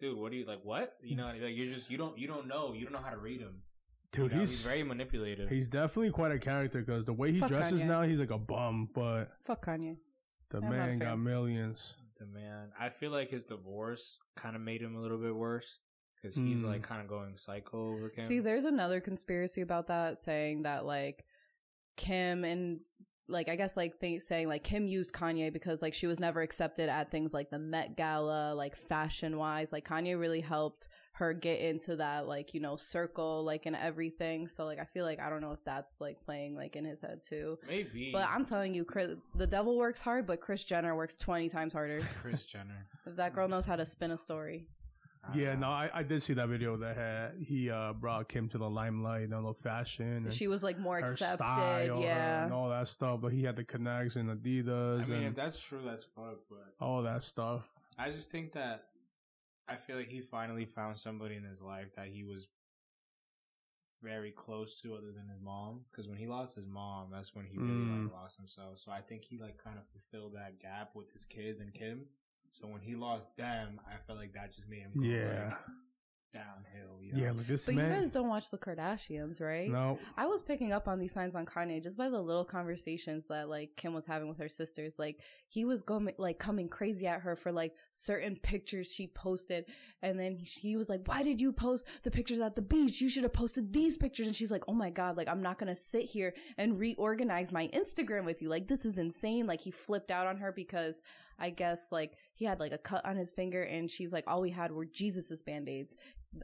[SPEAKER 3] dude, what are you like? What you know? Like you're just you don't you don't know you don't know how to read him. You
[SPEAKER 1] dude,
[SPEAKER 3] know?
[SPEAKER 1] he's
[SPEAKER 3] he's, very manipulative.
[SPEAKER 1] he's definitely quite a character because the way he
[SPEAKER 2] Fuck
[SPEAKER 1] dresses
[SPEAKER 2] Kanye.
[SPEAKER 1] now, he's like a bum. But
[SPEAKER 2] Fuck Kanye.
[SPEAKER 1] the
[SPEAKER 2] I'm not a
[SPEAKER 1] man got
[SPEAKER 2] fan.
[SPEAKER 1] millions.
[SPEAKER 3] the man. I feel like his divorce kind of made him a little bit worse because he's
[SPEAKER 1] Mm.
[SPEAKER 3] like kind of going psycho over Kim.
[SPEAKER 2] See, there's another conspiracy about that saying that like Kim and like I guess like th- saying like Kim used Kanye because like she was never accepted at things like the Met Gala, like fashion wise. Like Kanye really helped her get into that like you know circle like and everything. So like I feel like I don't know if that's like playing like in his head too.
[SPEAKER 3] Maybe,
[SPEAKER 2] But I'm telling you, Chris, the devil works hard, but Chris Jenner works 20 times harder.
[SPEAKER 1] [laughs]
[SPEAKER 3] Chris Jenner.
[SPEAKER 2] that girl knows how to spin a story.
[SPEAKER 3] I
[SPEAKER 1] Yeah,
[SPEAKER 3] don't
[SPEAKER 1] no,
[SPEAKER 3] know.
[SPEAKER 1] I, I did see that video that had, he uh, brought Kim to the limelight and all the fashion and
[SPEAKER 2] She was like more
[SPEAKER 1] her
[SPEAKER 2] accepted.
[SPEAKER 1] style
[SPEAKER 2] yeah.
[SPEAKER 1] and all that stuff. But he had the connects and Adidas
[SPEAKER 3] I mean, if
[SPEAKER 1] and
[SPEAKER 3] that's true, that's fuck. But
[SPEAKER 1] all that stuff.
[SPEAKER 3] I just think that I feel like he finally found somebody in his life that he was very close to, other than his mom. Because when he lost his mom, that's when he really
[SPEAKER 1] Mm.
[SPEAKER 3] like lost himself. So I think he like kind of fulfilled that gap with his kids and Kim. So when he lost them, I felt like that just made him go,
[SPEAKER 1] Yeah,
[SPEAKER 3] like, downhill. You know?
[SPEAKER 1] yeah. Like this
[SPEAKER 2] But you
[SPEAKER 1] man.
[SPEAKER 2] guys don't watch the Kardashians, right?
[SPEAKER 1] no,
[SPEAKER 2] I was picking up on these signs on Kanye just by the little conversations that like Kim was having with her sisters. Like he was going like coming crazy at her for like certain pictures she posted, and then he was like, "Why did you post the pictures at the beach? You should have posted these pictures." And she's like, "Oh my god! Like I'm not gonna sit here and reorganize my Instagram with you. Like this is insane." Like he flipped out on her because I guess like he had like a cut on his finger, and she's like, "All we had were Jesus's band aids."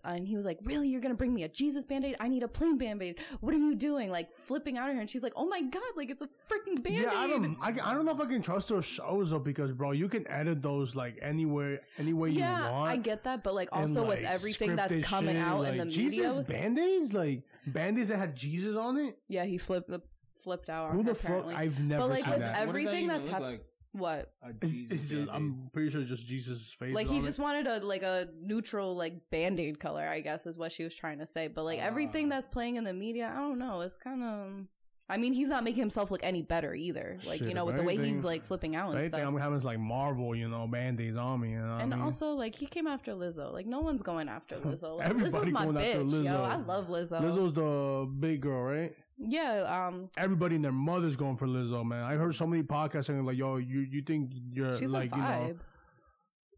[SPEAKER 2] and he was like, "Really, you're gonna bring me a Jesus band-aid? I need a plain band-aid. What are you doing?" Like flipping out at her, and she's like, "Oh my god, like it's a freaking band-aid."
[SPEAKER 1] Yeah, I don't. I, I don't know if I can trust those shows though, because bro, you can edit those like anywhere, any way
[SPEAKER 2] Yeah,
[SPEAKER 1] you want.
[SPEAKER 2] I get that, but like also
[SPEAKER 1] and,
[SPEAKER 2] with
[SPEAKER 1] like,
[SPEAKER 2] everything
[SPEAKER 1] scripted
[SPEAKER 2] that's coming
[SPEAKER 1] shit,
[SPEAKER 2] out
[SPEAKER 1] like,
[SPEAKER 2] in the
[SPEAKER 1] Jesus
[SPEAKER 2] media,
[SPEAKER 1] band aids, like band aids that had Jesus on it.
[SPEAKER 2] yeah, he flipped the flipped out. On
[SPEAKER 1] Who the
[SPEAKER 2] her,
[SPEAKER 1] fuck?
[SPEAKER 2] apparently.
[SPEAKER 1] I've never
[SPEAKER 2] like,
[SPEAKER 1] seen
[SPEAKER 2] with
[SPEAKER 1] that.
[SPEAKER 2] ev- everything
[SPEAKER 3] even
[SPEAKER 2] that's
[SPEAKER 3] look
[SPEAKER 2] hap-
[SPEAKER 3] like
[SPEAKER 2] what?
[SPEAKER 3] a
[SPEAKER 1] It's- it's
[SPEAKER 3] Jesus
[SPEAKER 1] just-
[SPEAKER 3] baby.
[SPEAKER 1] I'm pretty sure it's just Jesus' face.
[SPEAKER 2] Like
[SPEAKER 1] is
[SPEAKER 2] he
[SPEAKER 1] on
[SPEAKER 2] just
[SPEAKER 1] it.
[SPEAKER 2] wanted a like a neutral like band-aid color, I guess is what she was trying to say. But like everything
[SPEAKER 3] Ah.
[SPEAKER 2] that's playing in the media, I don't know. It's kind of. I mean, he's not making himself look any better either. Like
[SPEAKER 1] Shit,
[SPEAKER 2] you know,
[SPEAKER 1] if
[SPEAKER 2] with the way
[SPEAKER 1] anything-
[SPEAKER 2] he's like flipping out and
[SPEAKER 1] Anything
[SPEAKER 2] stuff.
[SPEAKER 1] I'm having is like Marvel, you know, band aids on me. You know what I
[SPEAKER 2] And
[SPEAKER 1] mean?
[SPEAKER 2] also, like he came after Lizzo. Like no one's
[SPEAKER 1] [laughs]
[SPEAKER 2] going after Lizzo. Like,
[SPEAKER 1] Everybody
[SPEAKER 2] Lizzo's my
[SPEAKER 1] going
[SPEAKER 2] bitch,
[SPEAKER 1] after
[SPEAKER 2] yo.
[SPEAKER 1] Lizzo.
[SPEAKER 2] I love Lizzo.
[SPEAKER 1] Lizzo's the big girl, right?
[SPEAKER 2] Yeah, um,
[SPEAKER 1] Everybody and their mother's going for Lizzo, man. I heard so many podcasts saying like, "Yo, you you think you're
[SPEAKER 2] she's
[SPEAKER 1] Uh, like
[SPEAKER 2] a
[SPEAKER 1] you
[SPEAKER 2] vibe.
[SPEAKER 1] know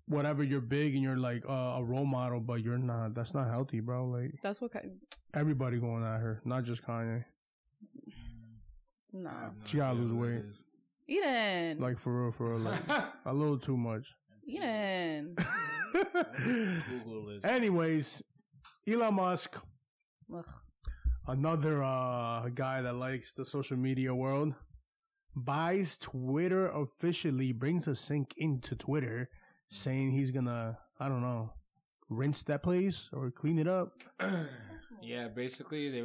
[SPEAKER 1] whatever you're big and you're like uh, a role model, but you're not. That's not healthy, bro. Like
[SPEAKER 2] That's what kind.
[SPEAKER 1] everybody going at her, not just Kanye.
[SPEAKER 3] I
[SPEAKER 2] No,
[SPEAKER 3] have no
[SPEAKER 1] She gotta
[SPEAKER 3] idea
[SPEAKER 1] Ah, lose
[SPEAKER 3] who that
[SPEAKER 1] weight.
[SPEAKER 3] is.
[SPEAKER 2] Eden,
[SPEAKER 1] Like for real, for real, like
[SPEAKER 3] [laughs]
[SPEAKER 1] a little too much. [laughs]
[SPEAKER 2] Eden.
[SPEAKER 3] Google this.
[SPEAKER 1] Anyways, Elon Musk,
[SPEAKER 2] Ugh.
[SPEAKER 1] another uh, guy that likes the social media world, buys Twitter officially, brings a sink into Twitter, saying he's gonna, I don't know, rinse that place or clean it up. [clears throat]
[SPEAKER 3] yeah, basically they were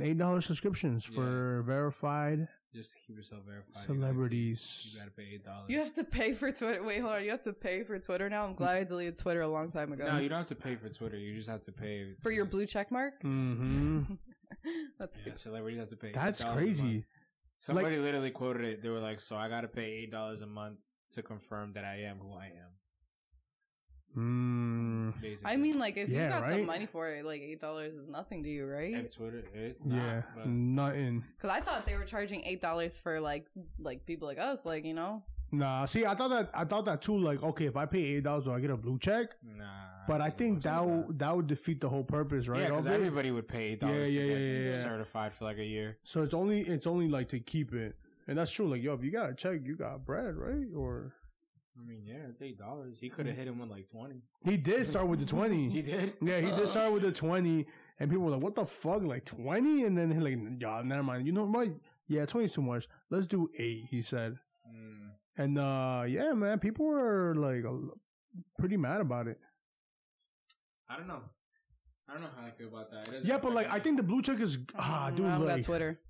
[SPEAKER 1] and
[SPEAKER 3] that
[SPEAKER 1] eight dollars subscriptions
[SPEAKER 3] Yeah.
[SPEAKER 1] for verified
[SPEAKER 3] just to keep yourself verified. you gotta-
[SPEAKER 1] celebrities.
[SPEAKER 3] You gotta pay eight dollars.
[SPEAKER 2] You have to pay for Twitter. Wait, hold on. You have to pay for Twitter now. I'm glad I deleted Twitter a long time ago.
[SPEAKER 3] No, you don't have to pay for Twitter. You just have to pay
[SPEAKER 2] for
[SPEAKER 3] to- [laughs]
[SPEAKER 2] your blue check mark.
[SPEAKER 1] hmm
[SPEAKER 2] [laughs] That's
[SPEAKER 3] Yeah,
[SPEAKER 2] stupid.
[SPEAKER 3] celebrities have to pay.
[SPEAKER 1] That's
[SPEAKER 3] $8 a month.
[SPEAKER 1] crazy.
[SPEAKER 3] Somebody literally quoted it. They were like, "So I gotta pay eight dollars a month to confirm that I am who I am."
[SPEAKER 1] Mm.
[SPEAKER 3] Basically.
[SPEAKER 2] I mean, like if
[SPEAKER 1] Yeah,
[SPEAKER 2] you got the
[SPEAKER 1] right?
[SPEAKER 2] money for it, like eight dollars is nothing to you, right?
[SPEAKER 3] and Twitter is not.
[SPEAKER 1] Yeah, Mm.
[SPEAKER 3] but
[SPEAKER 1] nothing.
[SPEAKER 2] Because I thought they were charging eight dollars for like like people like us, like you know,
[SPEAKER 1] Nah, see, I thought that I thought that too. Like, okay, if I pay eight dollars, do I get a blue check?
[SPEAKER 3] nah.
[SPEAKER 1] But I think that
[SPEAKER 3] would
[SPEAKER 1] would, that would defeat the whole purpose, right?
[SPEAKER 3] yeah,
[SPEAKER 1] of
[SPEAKER 3] because
[SPEAKER 1] it?
[SPEAKER 3] everybody would pay eight dollars
[SPEAKER 1] Yeah,
[SPEAKER 3] to
[SPEAKER 1] yeah,
[SPEAKER 3] get
[SPEAKER 1] yeah, yeah.
[SPEAKER 3] certified for like a year.
[SPEAKER 1] So it's only it's only like to keep it, and that's true. Like, yo, if you got a check, you got bread, right? Or
[SPEAKER 3] I mean, yeah, it's eight dollars. He
[SPEAKER 1] Mm.
[SPEAKER 3] could have hit him with like twenty.
[SPEAKER 1] he did start
[SPEAKER 3] [laughs]
[SPEAKER 1] with the
[SPEAKER 3] He
[SPEAKER 1] twenty.
[SPEAKER 3] did.
[SPEAKER 1] Mm. yeah, he did
[SPEAKER 3] [laughs]
[SPEAKER 1] start with the twenty, and people were like, "What the fuck?" Like twenty, and then he like, "Yeah, never mind." You know what? Yeah, twenty's too much. Let's do eight. He said,
[SPEAKER 3] Mm.
[SPEAKER 1] and uh yeah, man, people were like a- pretty mad about it.
[SPEAKER 3] I don't know. I don't know how I feel about that. It doesn't
[SPEAKER 1] Yeah, but like
[SPEAKER 3] affect
[SPEAKER 1] I
[SPEAKER 3] me.
[SPEAKER 1] think the blue check is ah, dude.
[SPEAKER 2] I've got
[SPEAKER 1] Like,
[SPEAKER 2] Twitter.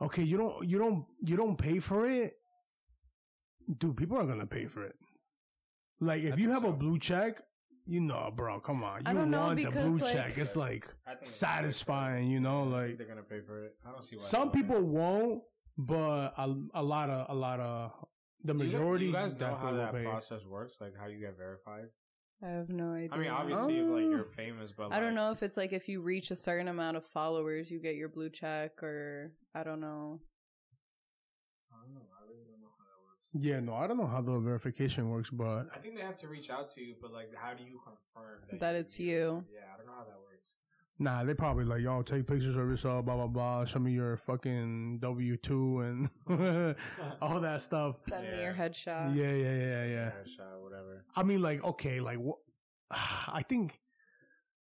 [SPEAKER 1] okay, you don't, you don't, you don't pay for it, dude. People are gonna pay for it. Like, if
[SPEAKER 3] I
[SPEAKER 1] you have
[SPEAKER 3] think
[SPEAKER 1] a
[SPEAKER 3] so.
[SPEAKER 1] blue check, you know, bro, come on,
[SPEAKER 2] I
[SPEAKER 1] you
[SPEAKER 2] don't know,
[SPEAKER 1] want the
[SPEAKER 2] because,
[SPEAKER 1] blue
[SPEAKER 2] like-
[SPEAKER 1] check. It's like
[SPEAKER 3] I think they're gonna pay for it.
[SPEAKER 1] satisfying, you know.
[SPEAKER 3] I think
[SPEAKER 1] Like
[SPEAKER 3] they're gonna pay for it. I don't see why.
[SPEAKER 1] some
[SPEAKER 3] they wouldn't.
[SPEAKER 1] people won't, but a, a lot of, a lot of the
[SPEAKER 3] Do you-
[SPEAKER 1] majority.
[SPEAKER 3] Do you guys know how
[SPEAKER 1] definitely will
[SPEAKER 3] that
[SPEAKER 1] pay.
[SPEAKER 3] process works? Like how you get verified?
[SPEAKER 2] I have no idea.
[SPEAKER 3] I mean, obviously, if, like you're famous, but
[SPEAKER 2] I don't
[SPEAKER 3] like,
[SPEAKER 2] know if it's like if you reach a certain amount of followers, you get your blue check, or I don't know.
[SPEAKER 3] I don't know. I really don't know how that works.
[SPEAKER 1] Yeah, no, I don't know how the verification works, but
[SPEAKER 3] I think they have to reach out to you, but like, how do you confirm
[SPEAKER 2] That
[SPEAKER 3] you're
[SPEAKER 2] it's you.
[SPEAKER 3] Yeah, I don't know how that works.
[SPEAKER 1] Nah, they probably like, y'all take pictures of yourself, blah blah blah. Show me your fucking W two and [laughs]
[SPEAKER 3] [laughs]
[SPEAKER 1] all that stuff.
[SPEAKER 2] Send me
[SPEAKER 3] Yeah.
[SPEAKER 2] your
[SPEAKER 1] Yeah,
[SPEAKER 2] headshot.
[SPEAKER 1] yeah, yeah, Oh, yeah.
[SPEAKER 3] Headshot, whatever.
[SPEAKER 1] I mean, like, okay, like, what? [sighs] I think,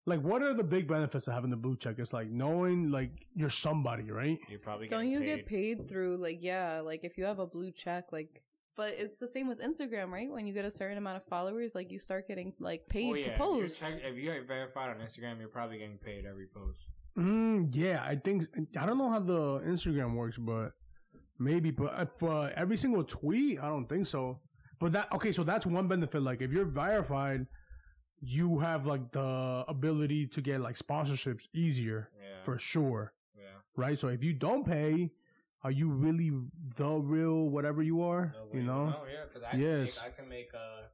[SPEAKER 1] like, what are the big benefits of having the blue check? It's like knowing, like, you're somebody, right?
[SPEAKER 3] You probably
[SPEAKER 2] Don't
[SPEAKER 3] getting
[SPEAKER 2] you get paid through like yeah, like if you have a blue check, like. But it's the same with Instagram, right? When you get a certain amount of followers, like you start getting like paid
[SPEAKER 3] Well, Oh, yeah,
[SPEAKER 2] to post.
[SPEAKER 3] If, you check, if you're verified on Instagram, you're probably getting paid every post.
[SPEAKER 1] Mm, yeah, I think I don't know how the Instagram works, but maybe, but uh, for every single tweet, I don't think so. But that okay, so that's one benefit. Like, if you're verified, you have like the ability to get like sponsorships easier
[SPEAKER 3] Yeah.
[SPEAKER 1] for sure,
[SPEAKER 3] yeah.
[SPEAKER 1] right? So if you don't pay, are you really the real whatever you are?
[SPEAKER 3] No way.
[SPEAKER 1] you know?
[SPEAKER 3] No, yeah, because I, yes.
[SPEAKER 1] Yes.
[SPEAKER 3] I can make uh,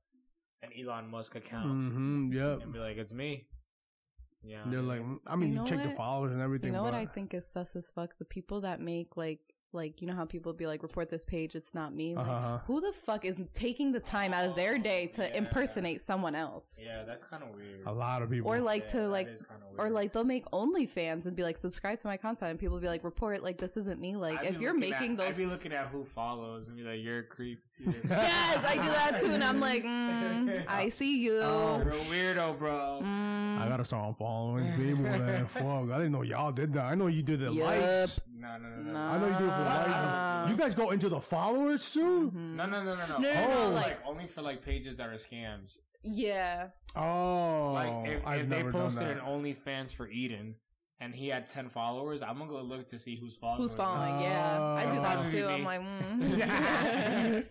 [SPEAKER 3] an Elon Musk account
[SPEAKER 1] Mm-hmm. Yep.
[SPEAKER 3] and be like, it's me. Yeah.
[SPEAKER 1] They're like, I mean,
[SPEAKER 2] You
[SPEAKER 1] you,
[SPEAKER 2] know
[SPEAKER 1] check your
[SPEAKER 2] what?
[SPEAKER 1] followers and everything.
[SPEAKER 2] You know what
[SPEAKER 1] but-
[SPEAKER 2] I think is sus as fuck? The people that make like like you know how people be like report this page, it's not me. Like,
[SPEAKER 1] Uh-huh.
[SPEAKER 2] Who the fuck is taking the time out of their day to
[SPEAKER 3] Oh, Yeah.
[SPEAKER 2] impersonate someone else?
[SPEAKER 3] yeah, that's kind of weird.
[SPEAKER 1] A lot of people.
[SPEAKER 2] Or like
[SPEAKER 3] Yeah,
[SPEAKER 2] to
[SPEAKER 3] that
[SPEAKER 2] like
[SPEAKER 3] is kinda
[SPEAKER 2] or
[SPEAKER 3] weird.
[SPEAKER 2] like they'll make OnlyFans and be like subscribe to my content and people be like report like this isn't me. Like
[SPEAKER 3] I'd
[SPEAKER 2] if
[SPEAKER 3] be
[SPEAKER 2] you're
[SPEAKER 3] looking
[SPEAKER 2] making
[SPEAKER 3] at, I'd
[SPEAKER 2] those
[SPEAKER 3] be looking at who follows and be like, you're a creep.
[SPEAKER 1] [laughs]
[SPEAKER 2] [laughs] Yes, I do that too and I'm
[SPEAKER 3] [laughs]
[SPEAKER 2] like, mm, I see you.
[SPEAKER 1] Oh,
[SPEAKER 3] You're a weirdo, bro.
[SPEAKER 2] Mm.
[SPEAKER 1] I gotta start following people. man.
[SPEAKER 2] [laughs]
[SPEAKER 1] Fuck, I didn't know y'all did that. I know you did the
[SPEAKER 2] Yep.
[SPEAKER 1] likes.
[SPEAKER 3] No, no, no, no.
[SPEAKER 2] Nah.
[SPEAKER 1] I know you do it for
[SPEAKER 2] Ah.
[SPEAKER 1] likes. You guys go into the followers too.
[SPEAKER 2] Mhm.
[SPEAKER 3] No, no, no, no, no.
[SPEAKER 2] No, no, no,
[SPEAKER 3] Oh,
[SPEAKER 2] like-
[SPEAKER 3] like, only for like pages that are scams.
[SPEAKER 2] Yeah.
[SPEAKER 1] Oh,
[SPEAKER 3] like if,
[SPEAKER 1] I've
[SPEAKER 3] if they
[SPEAKER 1] never done
[SPEAKER 3] posted
[SPEAKER 1] [laughs]
[SPEAKER 3] an
[SPEAKER 1] that.
[SPEAKER 3] OnlyFans for Eden and he had ten followers, I'm gonna go look to see who's following.
[SPEAKER 2] Who's
[SPEAKER 3] him.
[SPEAKER 2] following?
[SPEAKER 1] Oh.
[SPEAKER 2] yeah. I do that
[SPEAKER 3] Oh.
[SPEAKER 2] too. I'm
[SPEAKER 1] [laughs]
[SPEAKER 2] like, mm.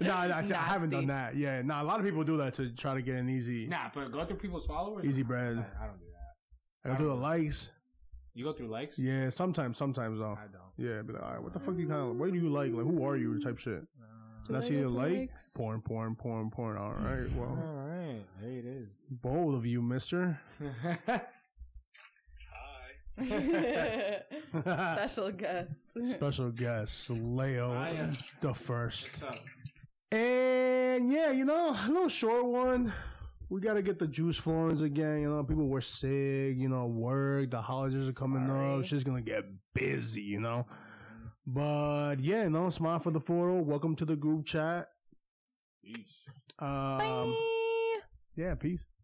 [SPEAKER 2] [laughs]
[SPEAKER 1] no, no, see, I haven't done
[SPEAKER 2] Nasty.
[SPEAKER 1] that. Yeah, no, a lot of people do that to try to get an easy,
[SPEAKER 3] Nah, but go through people's followers.
[SPEAKER 1] easy
[SPEAKER 3] I,
[SPEAKER 1] bread.
[SPEAKER 3] I don't do that.
[SPEAKER 1] I do the likes.
[SPEAKER 3] You go through likes.
[SPEAKER 1] Yeah, sometimes, sometimes though.
[SPEAKER 3] I don't.
[SPEAKER 1] Yeah, but all right, what the fuck do you kind of? What do you like? Like, who are you? Type shit.
[SPEAKER 2] Do
[SPEAKER 1] And I
[SPEAKER 2] I
[SPEAKER 1] see
[SPEAKER 2] go
[SPEAKER 1] the
[SPEAKER 2] for
[SPEAKER 1] like
[SPEAKER 2] likes?
[SPEAKER 1] porn, porn, porn, porn. All right, well.
[SPEAKER 3] Uh-huh. right, there it is. [laughs]
[SPEAKER 1] Bold of you, mister.
[SPEAKER 2] [laughs] Special guest.
[SPEAKER 1] [laughs] Special guest, Leo,
[SPEAKER 3] Hiya.
[SPEAKER 1] the first.
[SPEAKER 3] What's up?
[SPEAKER 1] And yeah, you know, a little short one. We got to get the juice flowing again. You know, people were sick, you know, work, the holidays are coming
[SPEAKER 2] Sorry.
[SPEAKER 1] up. Shit's going to get busy, you know. But yeah, no, smile for the photo. Welcome to the group chat.
[SPEAKER 3] Yeesh.
[SPEAKER 1] Um,
[SPEAKER 2] Bye.
[SPEAKER 1] yeah, peace.